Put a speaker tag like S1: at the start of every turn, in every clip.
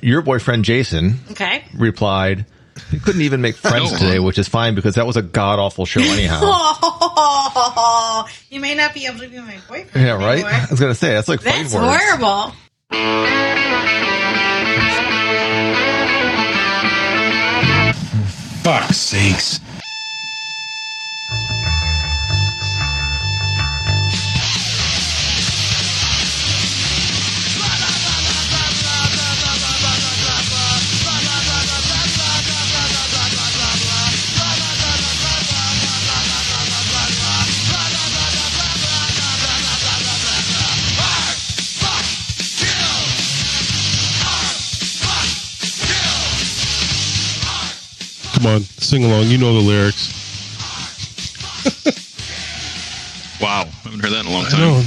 S1: your boyfriend Jason
S2: Okay.
S1: replied, "You couldn't even make friends
S3: No.
S1: today, which is fine because that was a god awful show anyhow."
S2: Oh, you may not be able to be my boyfriend.
S1: yeah, right.
S2: anymore.
S1: I was gonna say that's like five
S2: That's
S1: words.
S2: horrible.
S3: Fuck's sakes.
S4: Come on, sing along. You know the lyrics.
S3: Wow, I haven't heard that in a long
S4: I know.
S3: time.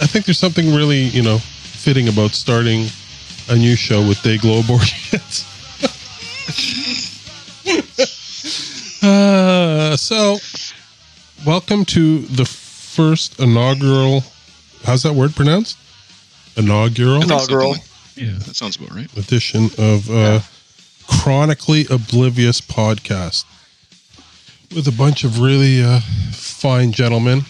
S4: I think there's something really, you know, fitting about starting a new show with Day Globe Orchids. uh, so, welcome to the first inaugural. How's that word pronounced? Inaugural.
S3: I think something
S1: Inaugural.
S3: like- yeah, that sounds about right.
S4: edition of uh, Chronically Oblivious podcast with a bunch of really uh, fine gentlemen.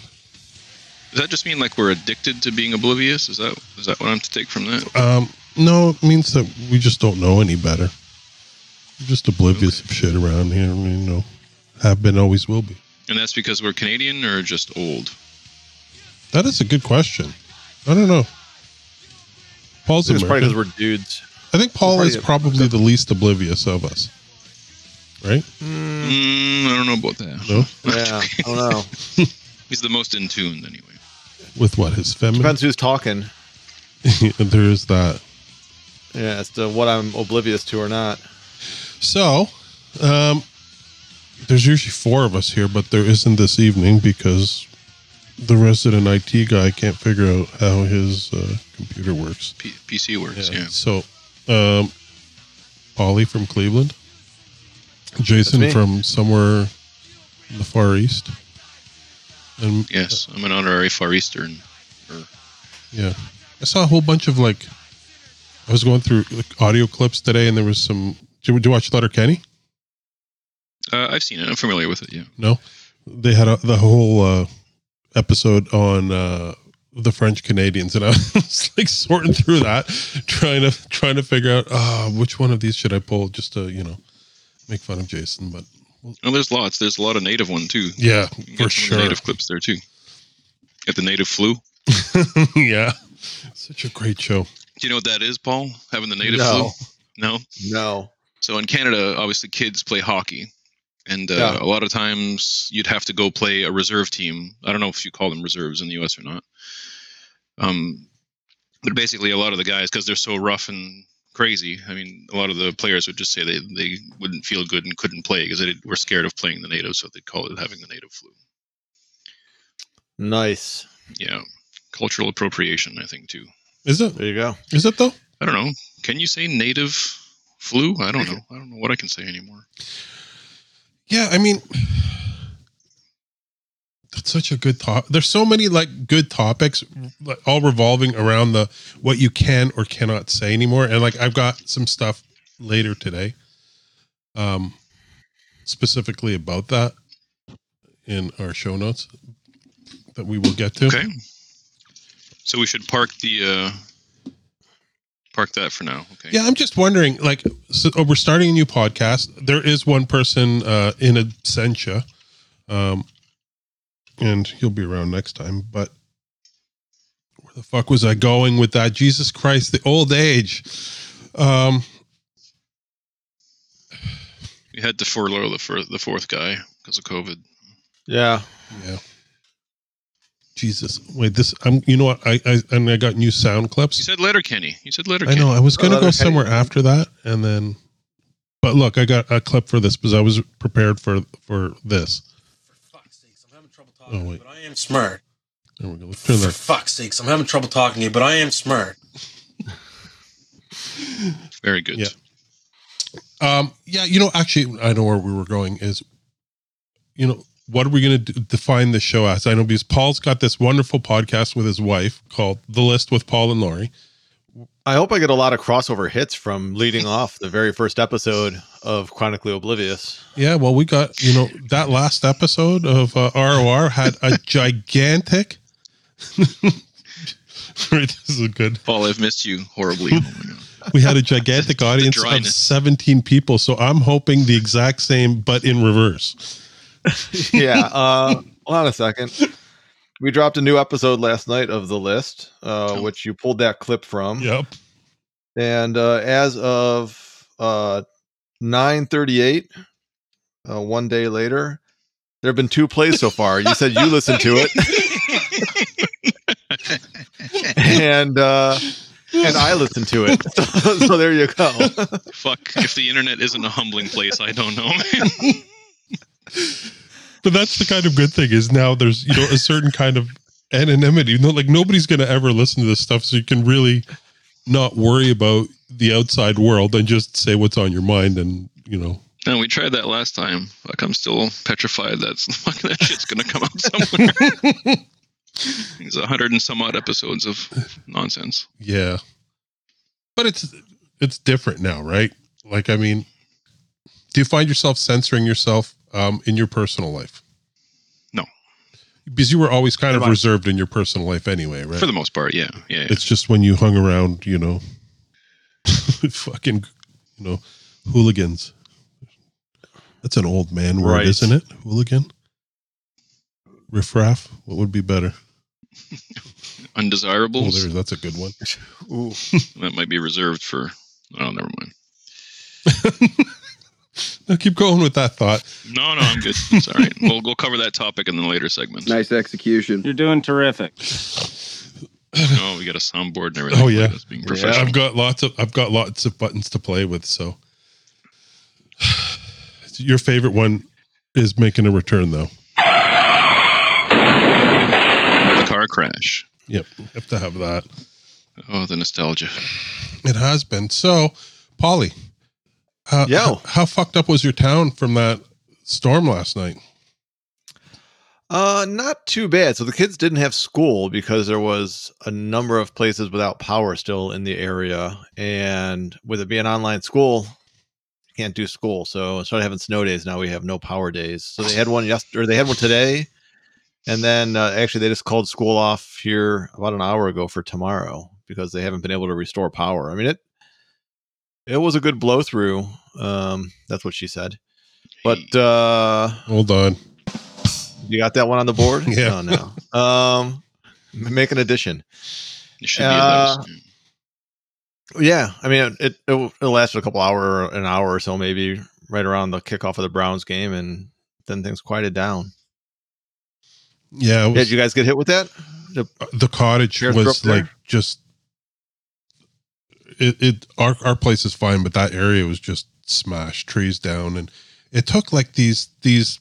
S3: Does that just mean like we're addicted to being oblivious? Is that is that what I'm to take from that?
S4: Um, no, it means that we just don't know any better. We're just oblivious of shit around here. I mean, you know, have been, always will be.
S3: And that's because we're Canadian or just old?
S4: That is a good question. I don't know. Paul's
S5: It's probably because
S4: American.
S5: we're dudes.
S4: I think Paul
S5: probably
S4: is probably the least oblivious of us. Right?
S3: Mm, I don't know about that.
S4: No?
S5: Yeah, I don't know.
S3: He's the most in tune anyway.
S4: With what? His feminine?
S5: Depends who's talking.
S4: there is that.
S5: Yeah, as to what I'm oblivious to or not.
S4: So, um, there's usually four of us here, but there isn't this evening because the resident IT guy can't figure out how his uh, computer works.
S3: P- PC works, yeah.
S4: So, um, Ollie from Cleveland, Jason
S5: me.
S4: from somewhere in the Far East, and
S3: Yes, I'm an honorary Far Eastern. Or,
S4: Yeah. I saw a whole bunch of like, I was going through like, audio clips today, and there was some. Did you, did you watch Letter Kenny?
S3: uh, I've seen it. I'm familiar with it. Yeah.
S4: No, they had a, the whole uh, episode on uh, the French Canadians, and I was like sorting through that, trying to trying to figure out uh, which one of these should I pull just to you know make fun of Jason. But
S3: Oh, there's lots. There's a lot of native one too.
S4: yeah,
S3: You can get some
S4: for
S3: of the
S4: sure.
S3: Native clips there too. At the native flu.
S4: yeah, such a great show.
S3: Do you know what that is, Paul? Having the native
S5: No.
S3: flu? No.
S5: No.
S3: So in Canada, obviously, kids play hockey, and uh,
S5: Yeah.
S3: a lot of times you'd have to go play a reserve team. I don't know if you call them reserves in the U.S. or not. Um, but basically, a lot of the guys, because they're so rough and crazy, I mean, a lot of the players would just say they, they wouldn't feel good and couldn't play because they did- were scared of playing the native, so they'd call it having the native flu.
S5: Nice.
S3: Yeah, cultural appropriation, I think too.
S4: Is it?
S5: There you go.
S4: Is it though?
S3: I don't know. Can you say native flu? I don't know. I don't know what I can say anymore.
S4: Yeah, I mean, that's such a good top. There's so many like good topics, like, all revolving around the what you can or cannot say anymore. And like, I've got some stuff later today, um, specifically about that in our show notes that we will get to.
S3: Okay. So we should park the uh park that for now. Okay.
S4: Yeah, I'm just wondering. Like, so oh, we're starting a new podcast. There is one person uh, in absentia, um, and he'll be around next time. But where the fuck was I going with that? Jesus Christ, the old age. Um,
S3: We had to furlough the fir- the fourth guy because of COVID.
S5: Yeah.
S4: yeah. Jesus, wait. This. I'm. You know what? I. I and I got new sound clips.
S3: You said letter Kenny. You said letter
S4: I
S3: Kenny.
S4: know. I was going to go
S5: Letter Kenny.
S4: somewhere after that, and then, but look, I got a clip for this because I was prepared for for this.
S6: fuck's sakes, I'm having trouble
S4: Oh,
S6: talking, to you,
S4: wait.
S6: but I am smart.
S4: There we go. Let's turn
S6: For
S4: that.
S6: fuck's sakes, I'm having trouble talking to you, but I am smart.
S3: Very good.
S4: Yeah. Um, yeah, you know, actually, I know where we were going is, you know, what are we going to define the show as? I know because Paul's got this wonderful podcast with his wife called The List with Paul and Laurie,
S5: I hope I get a lot of crossover hits from leading off the very first episode of Chronically Oblivious.
S4: Yeah, well, we got you know that last episode of uh, ROR had a gigantic. Sorry, this is good.
S3: Paul, I've missed you horribly. Oh my God.
S4: We had a gigantic audience of
S3: dryness.
S4: seventeen people, so I'm hoping the exact same, but in reverse.
S5: yeah. Uh, hold on a second. We dropped a new episode last night of the list, uh, which you pulled that clip from.
S4: Yep.
S5: And uh, as of uh, nine thirty-eight, uh, one day later, there have been two plays so far. You said you listened to it, and uh, and I listened to it. So, so there you go.
S3: Fuck, if the internet isn't a humbling place, I don't know, man.
S4: But that's the kind of good thing is now there's you know a certain kind of anonymity. You know, like nobody's going to ever listen to this stuff, so you can really not worry about the outside world and just say what's on your mind, and you know
S3: No, we tried that last time. Fuck, I'm still petrified that's fucking that shit's gonna come out somewhere. There's a hundred and some odd episodes of nonsense.
S4: Yeah. But it's it's different now, right? Like I mean, do you find yourself censoring yourself um in your personal life?
S3: No.
S4: Because you were always kind of
S5: Am I-
S4: reserved in your personal life anyway, right?
S3: For the most part, yeah. Yeah. yeah.
S4: it's just when you hung around, you know, fucking you know, hooligans. That's an old man word,
S5: Right.
S4: isn't it? Hooligan? Riffraff? What would be better? Oh,
S3: Undesirables.
S4: there, that's a good one.
S5: Ooh.
S3: that might be reserved for oh never mind.
S4: No, keep going with that thought.
S3: No, no, I'm good. It's all right. We'll we'll cover that topic in the later segments.
S7: Nice execution.
S8: You're doing terrific.
S3: Oh, we got a soundboard and everything.
S4: Oh, yeah.
S3: That's being professional.
S4: I've got lots of I've got lots of buttons to play with. So your favorite one is making a return, though.
S3: The car crash.
S4: Yep, have to have that.
S3: Oh, the nostalgia.
S4: It has been so, Polly. How,
S5: Yeah.
S4: how, how fucked up was your town from that storm last night?
S5: Uh, not too bad. So the kids didn't have school because there was a number of places without power still in the area, and with it being online school, you can't do school. So instead of having snow days, now we have no power days. So they had one yesterday, or they had one today, and then uh, actually they just called school off here about an hour ago for tomorrow because they haven't been able to restore power. I mean it. It was a good blow through. Um, that's what she said. But uh,
S4: Hold on.
S5: you got that one on the board?
S4: Yeah.
S5: Oh, no. Um, make an addition.
S3: It should be
S5: Uh,
S3: those.
S5: Yeah, I mean, it it, it lasted a couple hour, an hour or so, maybe right around the kickoff of the Browns game, and then things quieted down. Yeah,
S4: Yeah, it was, uh,
S5: did you guys get hit with that?
S4: the cottage
S5: Yours were up
S4: was
S5: there?
S4: like just. It, it our our place is fine, but that area was just smashed, trees down, and it took like these these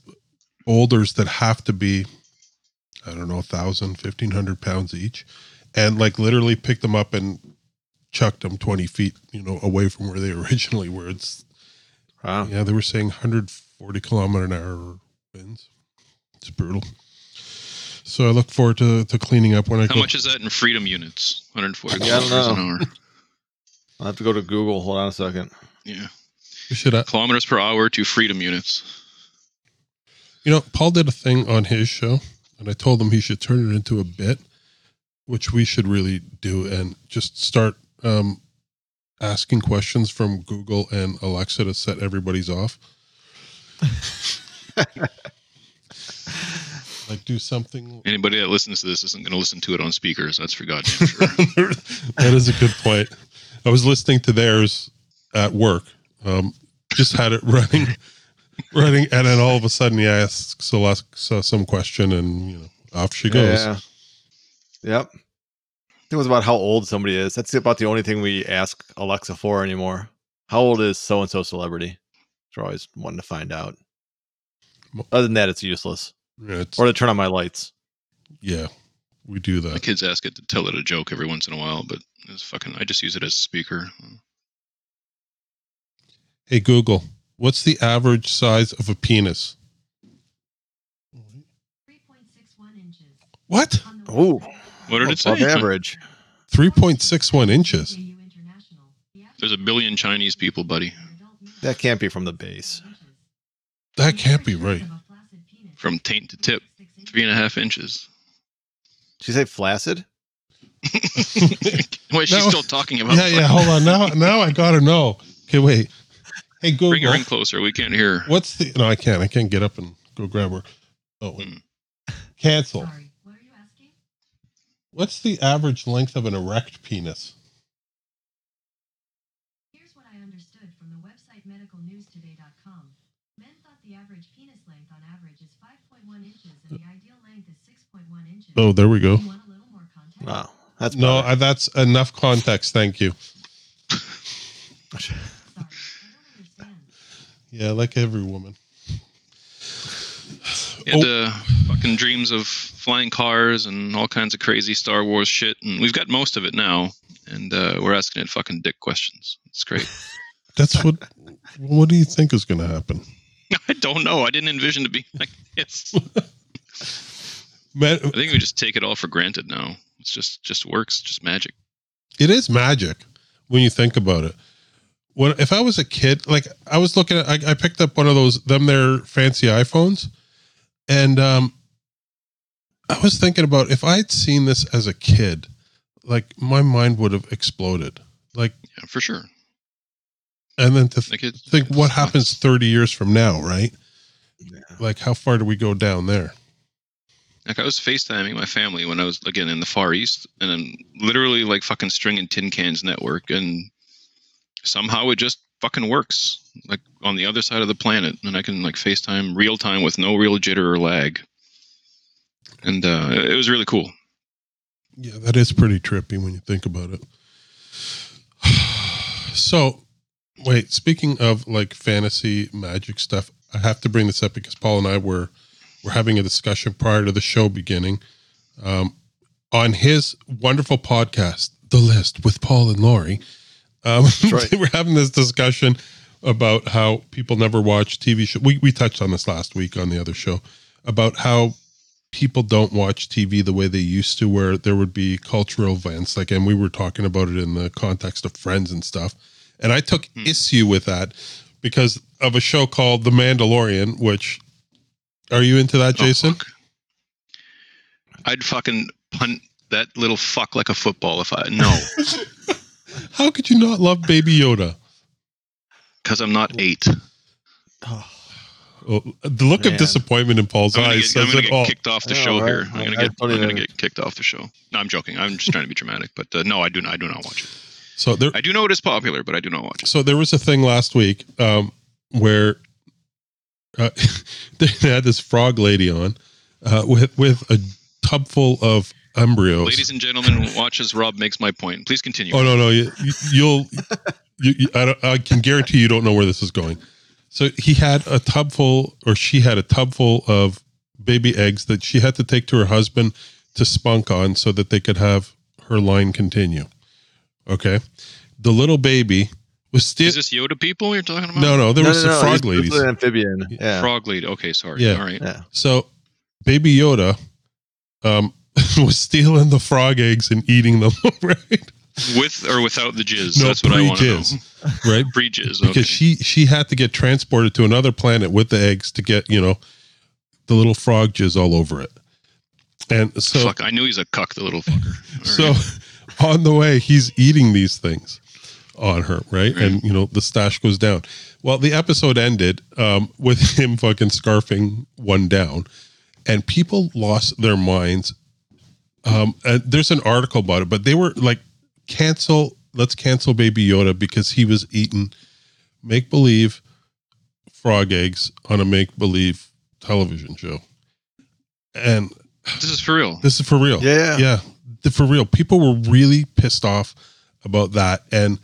S4: boulders that have to be, I don't know, 1,000, 1,500 pounds each, and like literally picked them up and chucked them twenty feet, you know, away from where they originally were. It's
S5: Wow.
S4: yeah, they were saying 140 kilometer an hour winds. It's brutal. So I look forward to, to cleaning up when I
S3: How
S4: go
S3: much is that in freedom units? 140
S5: Yeah, I don't
S3: kilometers an
S5: know.
S3: hour.
S5: I'll have to go to Google. Hold on a second.
S3: Yeah.
S4: We should, uh,
S3: Kilometers per hour to freedom units.
S4: you know, Paul did a thing on his show, and I told him he should turn it into a bit, which we should really do, and just start um, asking questions from Google and Alexa to set everybody's off. like do something.
S3: Anybody that listens to this isn't going to listen to it on speakers. That's for goddamn sure.
S4: that is a good point. I was listening to theirs at work. Um, just had it running, running, and then all of a sudden he asks Alexa some question, and you know, off she goes.
S5: Yeah. Yep. I think it was about how old somebody is. That's about the only thing we ask Alexa for anymore. How old is so and so celebrity? We're always wanting to find out. Other than that, it's useless.
S4: Yeah, it's-
S5: Or to turn on my lights.
S4: yeah, we do
S3: My
S4: that.
S3: kids ask it to tell it a joke every once in a while, but it's fucking. I just use it as a speaker.
S4: Hey Google, what's the average size of a penis?
S9: 3.61 inches.
S4: What?
S9: On the
S5: Ooh.
S3: What did it say?
S5: Above Oh, average.
S4: 3.61 inches.
S3: There's a billion Chinese people, buddy,
S5: That can't be from the base.
S4: That can't be right.
S3: from taint to tip, three and a half inches.
S5: Did you say flaccid?
S3: Wait, she's
S4: No.
S3: still talking about.
S4: Yeah, yeah. Hold on. Now, now I gotta know. Okay, wait. Hey, Google.
S3: Bring her in closer. We can't hear. her.
S4: What's the? No, I can't. I can't get up and go grab her. Oh, wait. cancel. What's the average length of an erect penis?
S7: Here's what I understood from the website medicalnewstoday.com. Men thought the average penis length on average is 5.1 inches and the ideal length is 6.1 inches.
S4: Oh, there we go.
S7: You want a little more context?
S5: Wow. That's
S4: No,
S5: better.
S4: I, that's enough context. Thank you.
S7: Sorry, I don't understand.
S4: Yeah, like every woman.
S3: And
S4: Oh.
S3: uh, fucking dreams of flying cars and all kinds of crazy Star Wars shit. And we've got most of it now. And uh, we're asking it fucking dick questions. It's great.
S4: That's what. what do you think is going to happen?
S3: I don't know. I didn't envision to be like this.
S4: Ma-
S3: I think we just take it all for granted now. It's just just works, just magic.
S4: it is magic when you think about it. When if I was a kid, like I was looking at, I, I picked up one of those them their fancy iPhones, and um, I was thinking about if I'd seen this as a kid, like my mind would have exploded. Like,
S3: Yeah, for sure.
S4: and then to th-
S3: Like it,
S4: think what happens thirty years from now, right? Like, how far do we go down there?
S3: Like I was FaceTiming my family when I was again in the Far East, and I'm literally like fucking stringing tin cans network, and somehow it just fucking works. Like on the other side of the planet, and I can like FaceTime real time with no real jitter or lag. And uh, it was really cool.
S4: Yeah, that is pretty trippy when you think about it. So, wait, speaking of like fantasy magic stuff, I have to bring this up because Paul and I were were having a discussion prior to the show beginning um, on his wonderful podcast, The List with Paul and Lori. Um,
S5: right.
S4: they were having this discussion about how people never watch TV show. We we touched on this last week on the other show about how people don't watch TV the way they used to, where there would be cultural events. Like, and we were talking about it in the context of friends and stuff. And I took
S3: Hmm.
S4: issue with that because of a show called The Mandalorian, which are you into that,
S3: Oh,
S4: Jason?
S3: fuck. I'd fucking punt that little fuck like a football if I no,
S4: How could you not love Baby Yoda?
S3: because I'm not eight.
S4: Oh, the look of
S5: Man.
S4: disappointment in Paul's
S3: I'm gonna
S4: eyes
S3: get, I'm
S4: says
S3: gonna
S4: it
S3: get
S4: all.
S3: kicked off the
S5: I know,
S3: show
S5: right?
S3: here. I'm
S5: I-
S3: gonna
S5: I
S3: get
S5: don't
S3: I'm gonna
S5: even-
S3: get kicked off the show. No, I'm joking. I'm just trying to be dramatic, but uh, no, I do not. I do not watch it.
S4: So there,
S3: I do know it is popular, but I do not watch it.
S4: so there was a thing last week um, where uh, they had this frog lady on uh, with with a tub full of embryos.
S3: Ladies and gentlemen, watch as Rob makes my point. Please continue.
S4: Oh no, no, you, you- you'll. You, you, I, don't, I can guarantee you don't know where this is going. So he had a tub full, or she had a tub full of baby eggs that she had to take to her husband to spunk on, so that they could have her line continue. Okay, the little baby was still.
S3: Is this Yoda people you're talking about?
S4: No, no, there
S5: No,
S4: was
S5: no, no,
S4: some
S5: it's-
S4: frog
S5: it's
S4: ladies.
S5: an amphibian. Yeah.
S3: Frog lady. Okay, sorry.
S4: Yeah.
S3: All right.
S5: Yeah.
S4: So, Baby Yoda um, was stealing the frog eggs and eating them, right?
S3: With or without the jizz.
S4: No,
S3: That's what I want to know.
S4: pre-jizz. Right?
S3: Pre jizz.
S4: because
S3: Okay.
S4: she she had to get transported to another planet with the eggs to get you know the little frog jizz all over it and so
S3: Fuck, I knew he's a cuck, the little fucker. All
S4: so
S3: right.
S4: on the way he's eating these things on her right and you know the stash goes down well the episode ended um, with him fucking scarfing one down and people lost their minds um, and there's an article about it but they were like cancel let's cancel baby yoda because he was eating make believe frog eggs on a make believe television show and
S3: this is for real.
S4: this is for real
S5: Yeah.
S4: yeah the- for real people were really pissed off about that and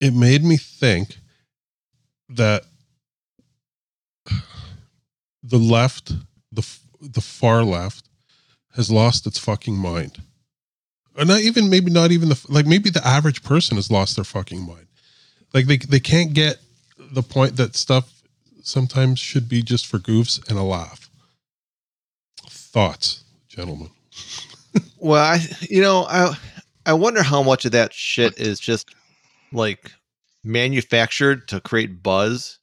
S4: it made me think that the left the f- the far left has lost its fucking mind or not even maybe not even the f- like maybe the average person has lost their fucking mind like they they can't get the point that stuff sometimes should be just for goofs and a laugh thoughts gentlemen
S5: Well, I, you know, I I wonder how much of that shit is just like manufactured to create buzz.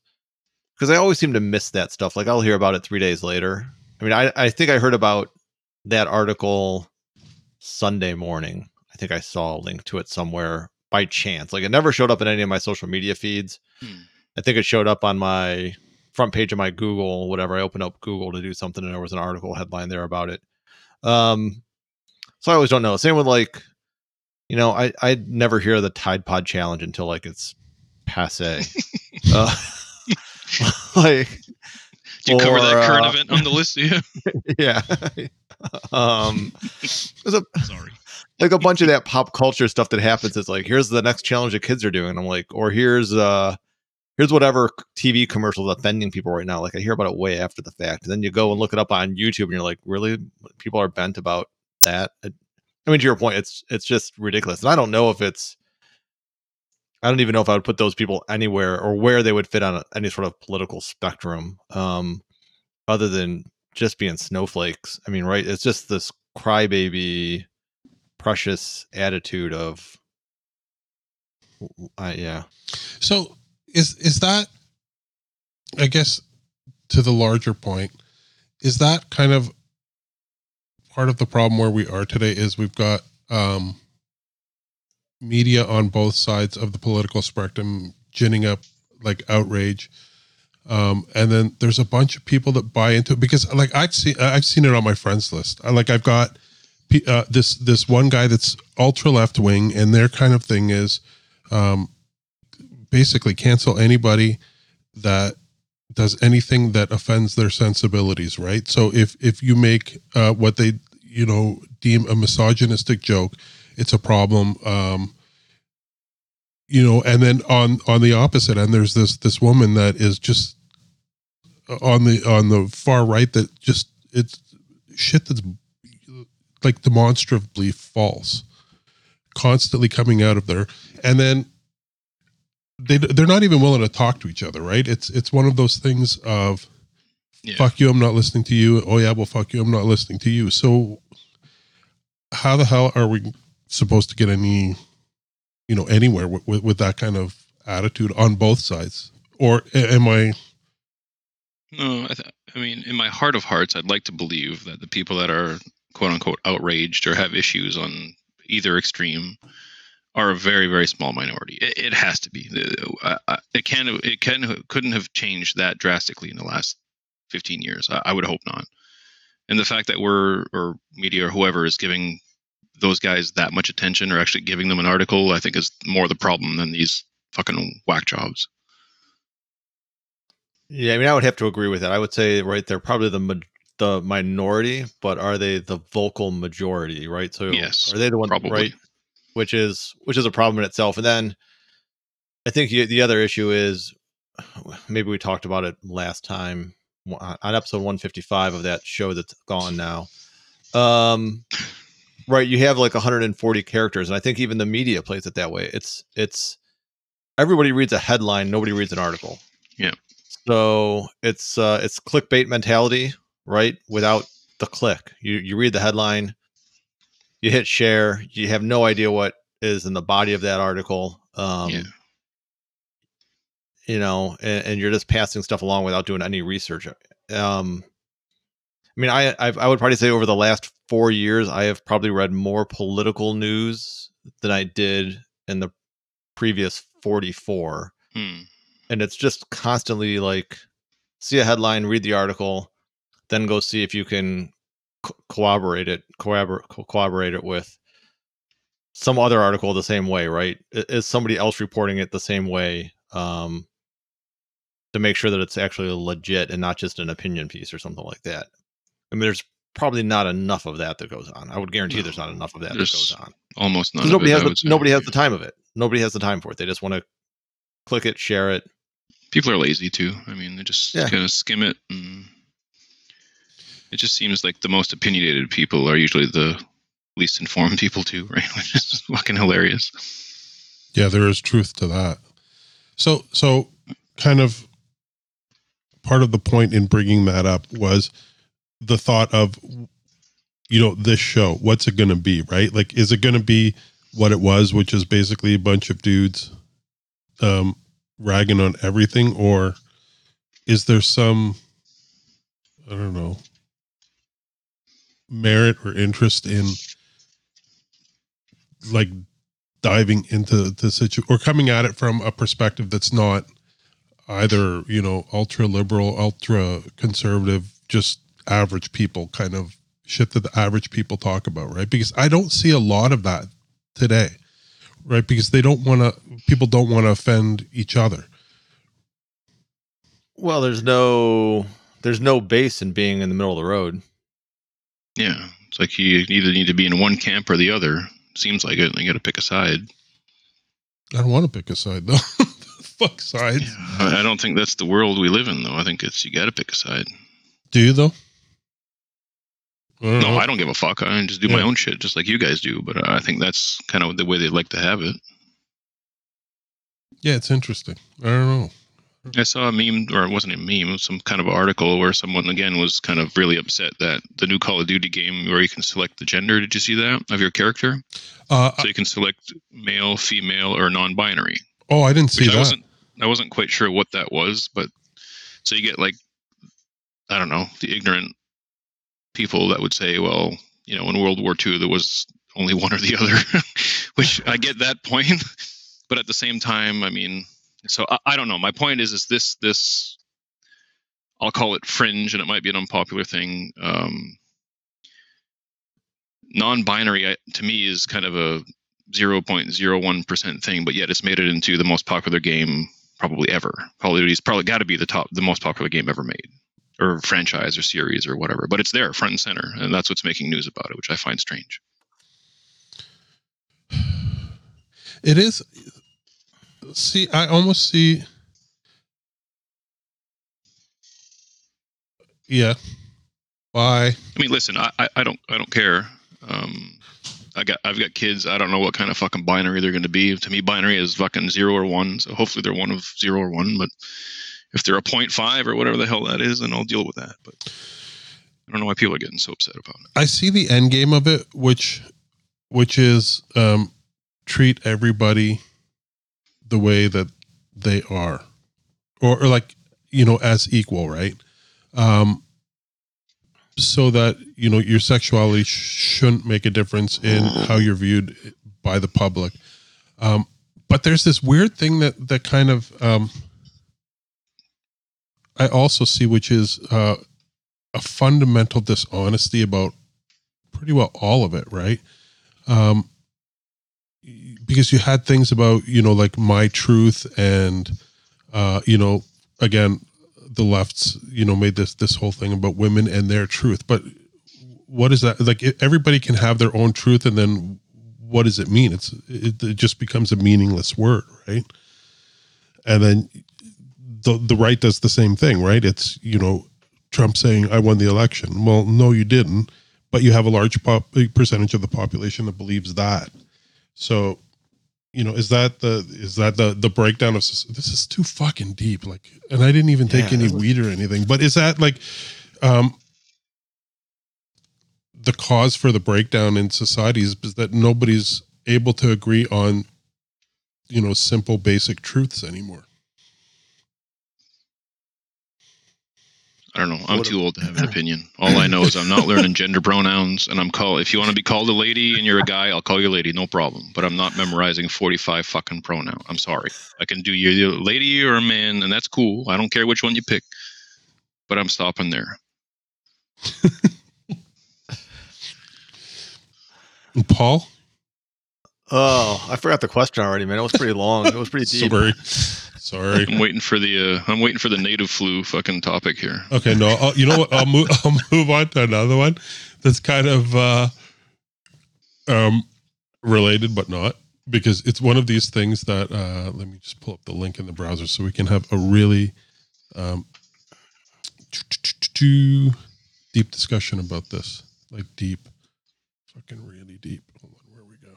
S5: Because I always seem to miss that stuff. Like I'll hear about it three days later. I mean, I, I think I heard about that article Sunday morning. I think I saw a link to it somewhere by chance. Like it never showed up in any of my social media feeds.
S3: Hmm.
S5: I think it showed up on my front page of my Google, whatever. I opened up Google to do something and there was an article headline there about it. Um, so I always don't know. Same with like, you know, I I never hear the Tide Pod challenge until like it's passe. uh, like,
S3: Do you cover
S5: Or,
S3: that current
S5: uh,
S3: event on the list? Yeah.
S5: yeah. um, there's a
S3: Sorry.
S5: like a bunch of that pop culture stuff that happens. It's like here's the next challenge the kids are doing. I'm like, or here's uh here's whatever TV commercial is offending people right now. Like I hear about it way after the fact. And then you go and look it up on YouTube, and you're like, really, people are bent about that. I I mean, to your point, it's it's just ridiculous. And I don't know if it's I don't even know if I would put those people anywhere or where they would fit on any sort of political spectrum, um, other than just being snowflakes. I mean, right? It's just this crybaby precious attitude of uh, yeah
S4: So is is that I guess to the larger point, is that kind of part of the problem where we are today is we've got um media on both sides of the political spectrum ginning up like outrage. Um, and then there's a bunch of people that buy into it because like I've seen I've seen it on my friends list. I, like I've got pe- uh, this this one guy that's ultra left wing, and their kind of thing is um, basically cancel anybody that does anything that offends their sensibilities right so if if you make uh, what they you know deem a misogynistic joke it's a problem um you know and then on on the opposite end there's this this woman that is just uh, on the on the far right that just it's shit that's like demonstrably false constantly coming out of there and then they they're not even willing to talk to each other, right? It's it's one of those things of
S3: Yeah.
S4: fuck you, I'm not listening to you. Oh yeah, well fuck you, I'm not listening to you. So how the hell are we supposed to get any you know anywhere with with, with that kind of attitude on both sides? Or a- am I
S3: No, I, th- I mean, in my heart of hearts, I'd like to believe that the people that are quote unquote outraged or have issues on either extreme are a very, very small minority. It, it has to be. Uh, I- I- It can, it can, couldn't have changed that drastically in the last 15 years. I, I would hope not. And the fact that we're, or media or whoever is giving those guys that much attention or actually giving them an article, I think is more the problem than these fucking whack jobs.
S5: yeah i mean i would have to agree with that i would say right they're probably the ma- the minority but are they the vocal majority right so
S3: Yes,
S5: are they the one
S3: Probably.
S5: right which is which is a problem in itself and then i think the the other issue is maybe we talked about it last time on on episode 155 of that show that's gone now um right you have like 140 characters and i think even the media plays it that way it's it's everybody reads a headline nobody reads an article
S3: Yeah.
S5: so it's uh it's clickbait mentality right without the click you you read the headline you hit share you have no idea what is in the body of that article um
S3: Yeah.
S5: you know and, and you're just passing stuff along without doing any research um i mean i I've, i would probably say over the last four years i have probably read more political news than i did in the previous 44
S3: Hmm.
S5: and it's just constantly like see a headline read the article then go see if you can co- corroborate it corrobor- co- corroborate it with some other article the same way right I- is somebody else reporting it the same way um to make sure that it's actually legit and not just an opinion piece or something like that i mean there's probably not enough of that that goes on i would guarantee
S3: No,
S5: there's not enough of that
S3: there's
S5: that goes on
S3: Almost none.
S5: 'Cause
S3: of
S5: nobody
S3: it, I
S5: has
S3: would
S5: the,
S3: say.
S5: nobody has the time of it nobody has the time for it they just want to click it share it
S3: people are lazy too. I mean, they just
S5: Yeah.
S3: kind of skim it. And it just seems like the most opinionated people are usually the least informed people too, right? Which is fucking hilarious.
S4: Yeah, there is truth to that. So, so kind of part of the point in bringing that up was the thought of you know, this show, what's it going to be, right? Like, is it going to be what it was, which is basically a bunch of dudes um, ragging on everything, or is there some, I don't know, merit or interest in like diving into the situation or coming at it from a perspective that's not either, you know, ultra liberal, ultra conservative, just average people kind of shit that the average people talk about, right? Because I don't see a lot of that today, right? Because they don't want to, people don't want to offend each other.
S5: Well, there's no there's no base in being in the middle of the road.
S3: Yeah, it's like you either need to be in one camp or the other. Seems like it. And you got to pick a side.
S4: I don't want to pick a side though. Fuck sides.
S3: Yeah, I I don't think that's the world we live in, though. I think it's you got to pick a side.
S4: Do you though?
S3: No, I don't give a fuck. I just do my
S4: Mm-hmm. Yeah.
S3: own shit, just like you guys do. But I think that's kind of the way they like to have it.
S4: Yeah, it's interesting. I don't know.
S3: I saw a meme, or it wasn't a meme, it was some kind of article where someone again was kind of really upset that the new Call of Duty game where you can select the gender. Did you see that of your character?
S4: Uh,
S3: So you can select male, female, or non-binary.
S4: oh, I didn't see
S3: Which I
S4: that.
S3: wasn't. I wasn't quite sure what that was, but so you get like, I don't know, the ignorant people that would say, well, you know, in World War II there was only one or the other, which I get that point, but at the same time, I mean, so I, I don't know. My point is, is this this I'll call it fringe, and it might be an unpopular thing. Um, non-binary I- to me is kind of a 0.01% thing, but yet it's made it into the most popular game probably ever. Call of Duty's probably got to be the top, the most popular game ever made, or franchise, or series, or whatever. But it's there, front and center, and that's what's making news about it, which I find strange.
S4: It is. See, I almost see. Yeah. Why?
S3: I mean, listen, I, I, I don't, I don't care. Um, I got, I've got kids. I don't know what kind of fucking binary they're going to be. To me, binary is fucking zero or one. So hopefully they're one of zero or one. But if they're a point five or whatever the hell that is, then I'll deal with that. But I don't know why people are getting so upset about it.
S4: I see the end game of it, which which is um, treat everybody the way that they are, or, or like you know as equal, right? Um, so that you know your sexuality sh- shouldn't make a difference in how you're viewed by the public. Um, but there's this weird thing that that kind of um, I also see, which is uh, a fundamental dishonesty about pretty well all of it, right? Um, because you had things about you know like my truth and uh, you know again the left's you know made this this whole thing about women and their truth, but what is that like? e- Everybody can have their own truth, and then what does it mean? It's it, it just becomes a meaningless word, right? And then the the right does the same thing, right? It's you know Trump saying I won the election. Well, no, you didn't, but you have a large pop- percentage of the population that believes that. So, you know, is that the is that the the breakdown of soc- this is too fucking deep? Like, and I didn't even take
S5: Yeah,
S4: any
S5: that was-
S4: weed or anything. But is that like, um, the cause for the breakdown in societies is that nobody's able to agree on, you know, simple basic truths anymore.
S3: I don't know. I'm
S5: What a-
S3: too old to have an opinion. All I know is I'm not learning gender pronouns, and I'm call. If you want to be called a lady and you're a guy, I'll call you a lady, no problem. But I'm not memorizing 45 fucking pronoun. I'm sorry. I can do you either a lady or a man, and that's cool. I don't care which one you pick. But I'm stopping there.
S4: And Paul,
S5: Oh, I forgot the question already, man. It was pretty long. It was pretty deep.
S4: sorry, sorry.
S3: I'm waiting for the. Uh, I'm waiting for the native flu fucking topic here.
S4: Okay, no, I'll, you know what? I'll move. I'll move on to another one that's kind of uh, um related, but not because it's one of these things that uh, let me just pull up the link in the browser so we can have a really um, deep discussion about this, like deep, fucking really deep. Hold on, where we go?